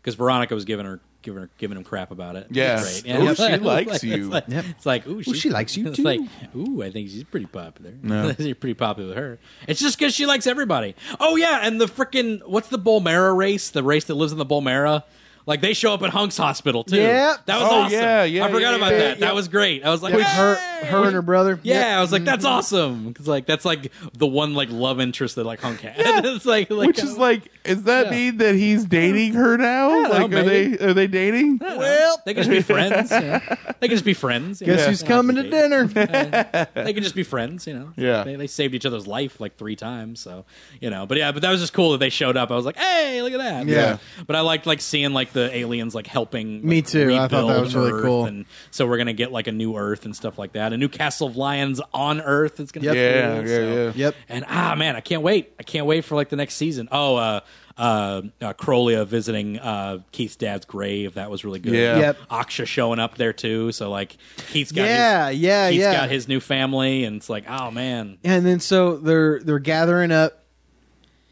Because Veronica was giving her giving her giving him crap about it. Yeah. That's Ooh, she likes you. It's like, Yep. it's like, ooh, she, she likes you, it's too. Like, ooh, I think she's pretty popular. You're pretty popular with her. It's just because she likes everybody. Oh yeah, and the freaking what's the Bolmera race? The race that lives in the Bolmera. Like they show up at Hunk's hospital too. Yeah. that was Oh, awesome. yeah, yeah, I forgot yeah, about yeah, that. yeah. Mm-hmm. That was great. I was like, With "Yay!" her, her and her brother. Yeah, Yep. I was like, that's awesome. Cause like that's like the one like love interest that like Hunk had. it's like, like Which is like, does that Yeah. mean that he's dating her now? know, like, are maybe. they are they dating? well, they can just be friends. you know? They can just be friends. you Guess know? who's They don't have coming to date. dinner? They can just be friends. You know. Yeah. They, they saved each other's life like three times. So you know, but yeah, but that was just cool that they showed up. I was like, hey, look at that. Yeah. But I liked like seeing like the aliens like helping. Me like, too. I thought that rebuild was really Earth, cool. And so we're gonna get like a new Earth and stuff like that. A new Castle of Lions on Earth. It's gonna Yep. be Yeah, cool, yeah, so. yeah. yep. And ah, man, I can't wait. I can't wait for like the next season. Oh, uh, uh, uh Crolia visiting uh Keith's dad's grave. That was really good. Yeah. Yep. Aksha showing up there too. So like Keith's got Yeah, his, yeah, Keith's yeah. got his new family, and it's like oh man, And then so they're they're gathering up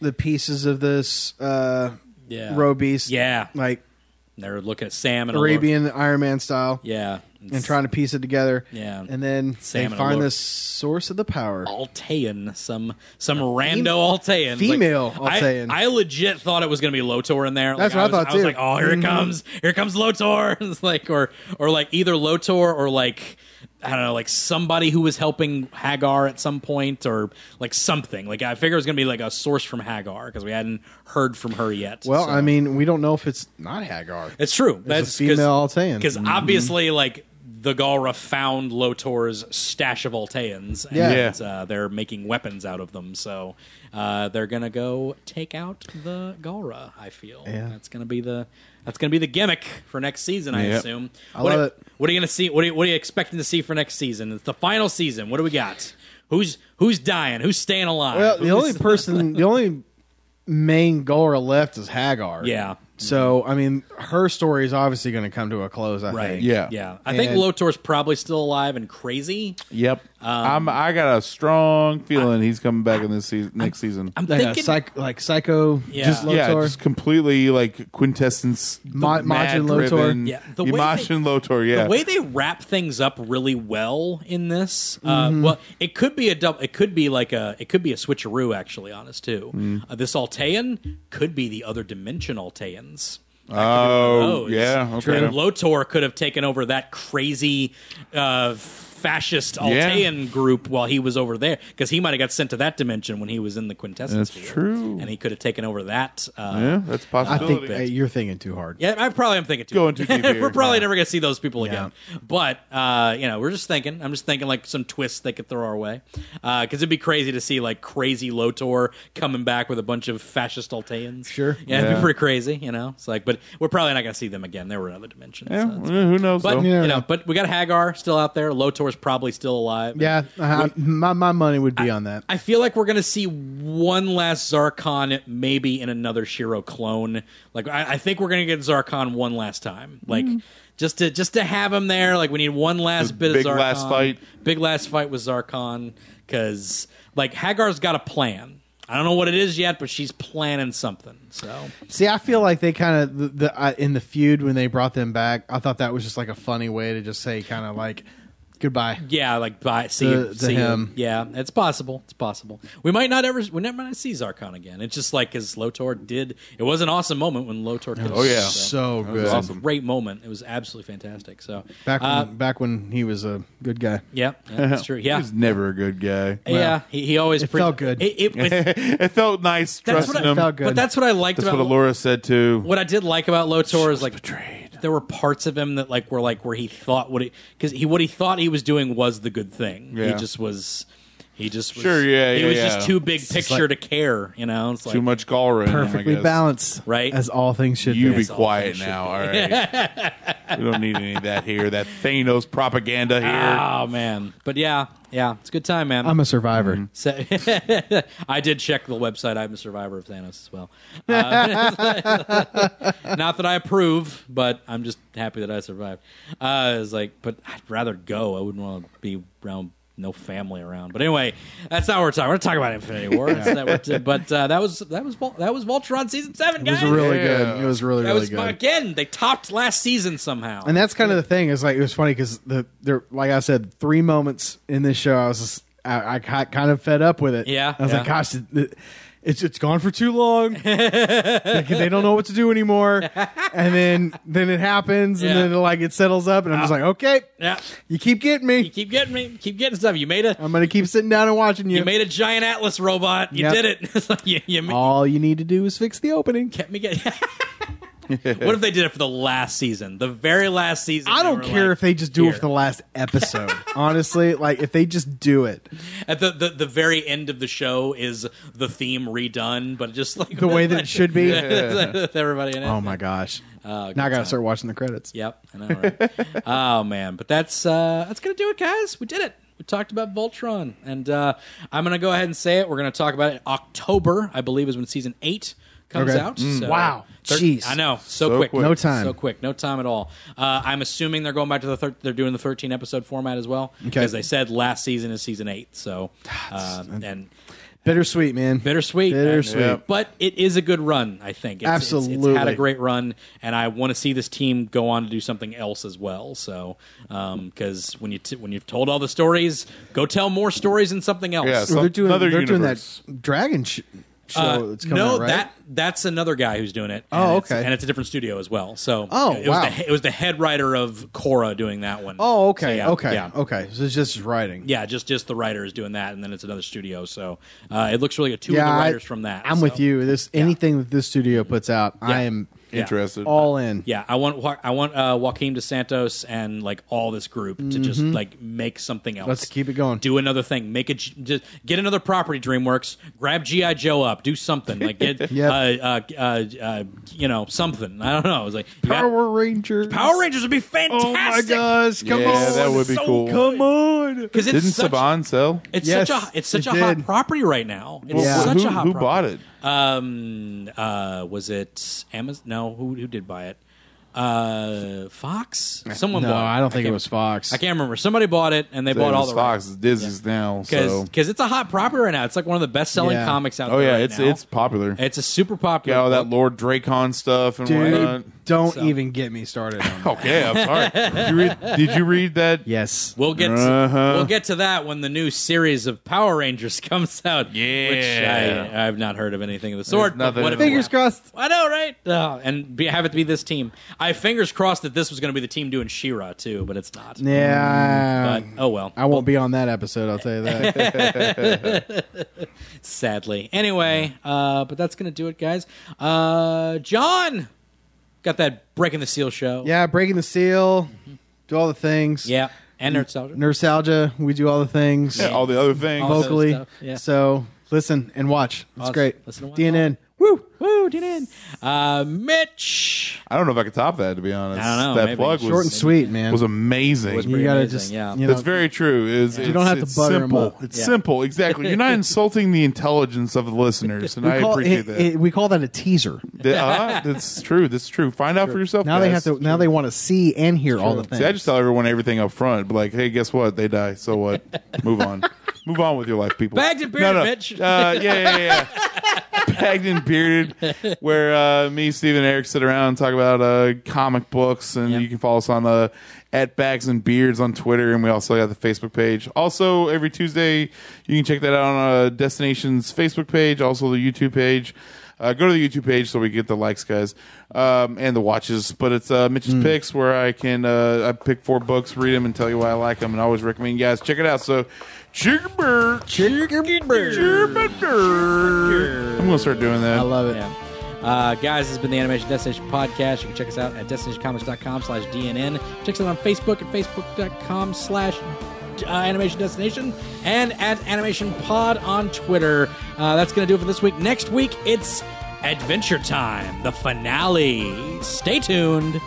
the pieces of this uh yeah, roe beast. yeah. Like They're looking at Sam and Allura. Arabian Iron Man style. yeah, And trying to piece it together. Yeah. And then Sam they and find Allura. the source of the power. Altean, some some rando Altean, Like, female I- Altean. I, legit thought it was going to be Lotor in there. Like, That's what I was- thought, I was too. like, oh, here Mhm. it comes, here comes Lotor. it's like or or like either Lotor or like I don't know, like somebody who was helping Hagar at some point or like something. Like I figure it was going to be like a source from Hagar because we hadn't heard from her yet. Well, so. I mean, we don't know if it's not Hagar. it's true. It's a female Altean. because obviously, like the Galra found Lotor's stash of Alteans, and Yeah. Yeah. Uh, they're making weapons out of them. So uh, they're gonna go take out the Galra. I feel Yeah. that's gonna be the that's gonna be the gimmick for next season. I Yep. assume. I what, love are- it. What are you gonna see? What are you, what are you expecting to see for next season? It's the final season. What do we got? Who's who's dying? Who's staying alive? Well, the Who's- only person, the only main Gora left is Hagar. Yeah. So I mean, her story is obviously going to come to a close. I Right. think. Yeah. Yeah. I think And- Lotor's probably still alive and crazy. Yep. I'm. I got a strong feeling he's coming back in this season. Next season. Um, I'm Like thinking a psych, like psycho. Yeah. Just Lotor. yeah, just completely like quintessence. Ma- mad Majin Lotor. driven. Yeah, the the way they- Majin Lotor. Yeah, the way they wrap things up really well in this uh, well it could be a double it could be like a it could be a switcheroo actually honest too Mm. uh, this altean could be the other dimension alteans oh those. yeah, okay. and Lotor could have taken over that crazy uh, fascist Yeah. Altean group while he was over there because he might have got sent to that dimension when he was in the quintessence. field. That's true. and he could have taken over that. Uh, yeah, that's a I possibility. think hey, you're thinking too hard. yeah, I probably am thinking too. Going too deep here. we're probably never going to see those people again. But uh, you know, we're just thinking. I'm just thinking like some twists they could throw our way because it'd be crazy to see like crazy Lotor coming back with a bunch of fascist Alteans. Sure. yeah, it'd Yeah. be pretty crazy. You know, it's like, but we're probably not going to see them again. They were in other dimensions. yeah, so it's- who knows? but though? you know, but we got Hagar still out there. Lotor's probably still alive. Yeah. uh, my my money would be on that. I feel like we're gonna see one last Zarkon, maybe in another Shiro clone. Like I, I think we're gonna get Zarkon one last time. Like Mm. just to just to have him there. Like we need one last The bit big of Zarkon. last fight. Big last fight with Zarkon. because like Hagar's got a plan. I don't know what it is yet, but she's planning something. So See, I feel like they kind of the, the I in the feud when they brought them back. I thought that was just like a funny way to just say kind of like goodbye. yeah, like by see, To- to see him. Yeah, it's possible. It's possible. We might not ever. We never might see Zarkon again. It's just like because Lotor did. It was an awesome moment when Lotor. Did Oh, yeah. so was good. awesome. Great moment. It was absolutely fantastic. So Back when, uh, back when he was a good guy. yeah, yeah, that's true. Yeah, He was never a good guy. yeah. He, he always it felt good. It, it, it, it felt nice that's trusting what I, him. Felt good. But that's what I liked That's about what Alora said too. what I did like about Lotor is like betrayed. there were parts of him that like were like where he thought what he because he what he thought he was doing was the good thing. He Yeah. just was. He just was, Sure, yeah, He yeah, was yeah. just too big just picture to care. You know, it's Too like, much Galra. Perfectly in him, I guess. balanced, Right? As all things should You be. be all quiet things now. All right. we don't need any of that here. That Thanos propaganda here. Oh man, but yeah, yeah, it's a good time, man. I'm a survivor. So- I did check the website. I'm a survivor of Thanos as well. Uh, not that I approve, but I'm just happy that I survived. Uh, I was like, but I'd rather go. I wouldn't want to be around no family around. But anyway, that's not what we're talking. We're talking about Infinity War. That's not what we're- but uh, that was that was Vol- that was Voltron season seven, It guys. was really Yeah. good. It was really that really was good. again. They topped last season somehow. And that's kind of the thing. Is like it was funny because the there, like I said, three moments in this show, I was just, I, I got kind of fed up with it. Yeah, I was yeah. like, gosh, it- it- it's it's gone for too long. they, they don't know what to do anymore. And then then it happens, Yeah. and then like it settles up, and I'm just like, okay, yeah, you keep getting you me. keep getting me. Keep getting stuff. You made a I'm gonna keep sitting down and watching you. you made a giant Atlas robot. You Yep. did it. It's like, you, you ma- All you need to do is fix the opening. kept me getting. what if they did it for the last season, the very last season? I they don't were care like- if they just do here. it for the last episode. Honestly, like if they just do it. at the, the the very end of the show is the theme redone, but just like the way that it should be. with everybody in it. Oh my gosh! Uh, now I gotta start watching the credits. Yep, I know. Right? oh man, but that's uh, that's gonna do it, guys. We did it. We talked about Voltron, and uh, I'm gonna go ahead and say it. We're gonna talk about it. October, I believe, is when season eight comes Okay. out. Mm. So- Wow. Jeez. I know. So, So quick. quick. No time. So quick. No time at all. Uh, I'm assuming they're going back to the thir- they're doing the 13 episode format as well Okay. because they said last season is season eight. So uh, and Bittersweet, man. bittersweet. Bittersweet. Yeah. But it is a good run, I think. It's, it's- It's, had a Absolutely. great run, and I want to see this team go on to do something else as well. So, because when you t- when you've told all the stories, go tell more stories in something else. Yeah, so- Well, they're doing. Another they're universe. doing that dragon sh- show Uh, that's Oh, coming no, out, right? that that's another guy who's doing it. Oh, and it's- okay. and it's a different studio as well. So, Oh, it, wow. was the, it was the head writer of Cora doing that one. Oh, okay, So, yeah, okay, yeah. okay. So it's just writing. Yeah, just just the writer is doing that, and then it's another studio. So uh, it looks really good. Two yeah. of the I- writers from that. I'm so. with you. This anything that this studio puts out, I am Yeah. Interested. all in. Yeah, I want Wa- I want uh, Joaquin DeSantos and like all this group to just like make something else. Mm-hmm. Let's keep it going. Do another thing. Make a G- just get another property. DreamWorks grab GI Joe up. Do something like get Yep. uh, uh, uh, uh, you know something. I don't know. It was like you got- Power Rangers. Power Rangers would be Oh fantastic. Oh, my gosh! Come Yeah, on, that would be so cool. come on. because it's Didn't such Saban sell? it's Yes, such a it's such it a hot did. property right now. It's Well, such who, a hot property. who bought it? Um, uh, was it Amazon? No, who who did buy it? Uh, Fox. Someone No, bought. it. I don't think it can't- was Fox. I can't remember. Somebody bought it, and they bought all the Fox. It's Disney's now. because So. it's a hot property right now. It's like one of the best selling Yeah. comics out Oh there. yeah, right it's now. it's popular. it's a super Got popular. all that book. Lord Dracon stuff and whatnot. Dude, don't So- even get me started on that. Okay, Oh, I'm sorry. Did you read, did you read that? Yes. We'll get Uh-huh. to, we'll get to that when the new series of Power Rangers comes out. Yeah. which I, I've not heard of anything of the sort. but nothing what in if it the were? Fingers crossed. I know, right? Oh, and be, have it be this team. I fingers crossed that this was going to be the team doing Shira too, but it's not. Yeah. But Hmm. oh well. I won't be on that episode. I'll tell you that. sadly. Anyway, uh, but that's gonna do it, guys. Uh, John got that breaking the seal show. yeah, breaking the seal, do all the things. yeah, and nerd soldier. Nursalgia, we do all the things Yeah, all the other things. All- vocally. Stuff, yeah. So listen and watch. It's Awesome. great. Listen and watch. DNN. Woo. Woo, did in. Uh, Mitch. I don't know if I could top that. To be honest, I don't know, that maybe. plug was Short and sweet, man. was amazing. Was you gotta Amazing, just. yeah. You know, That's very true. Is You don't have to butter 'em simple. up. It's Yeah. simple, exactly. You're not insulting the intelligence of the listeners, and we I call- appreciate it- that. it- we call that a teaser. Th- uh, that's true. That's true. Find out for yourself. Now they have guys. to. Now they want to see and hear all the See, I things. just tell everyone everything up front. Be like, hey, guess what? They die. So what? Move on. Move on with your life, people. Bagged and bearded, bitch. Uh, yeah, yeah, yeah. Bagged and bearded, where uh, me, Steve, and Eric sit around and talk about uh, comic books, and Yep. you can follow us on uh, at Bags and Beards on Twitter, and we also have the Facebook page. Also, every Tuesday, you can check that out on uh, Destination's Facebook page, also the YouTube page. Uh, go to the YouTube page so we get the likes, guys, um, and the watches. But it's uh, Mitch's picks where I can uh, I pick four books, read them, and tell you why I like them, and I always recommend you guys check it out. So, chicken bird. I'm gonna start doing that. I love it. Yeah. Uh, guys, this has been the Animation Destination Podcast. You can check us out at destinationcomics.com slash DNN. Check us out on Facebook at facebook.com slash uh, animation destination and at animation pod on Twitter. Uh, that's going to do it for this week. Next week, it's Adventure Time, the finale. Stay tuned.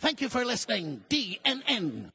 Thank you for listening, DNN.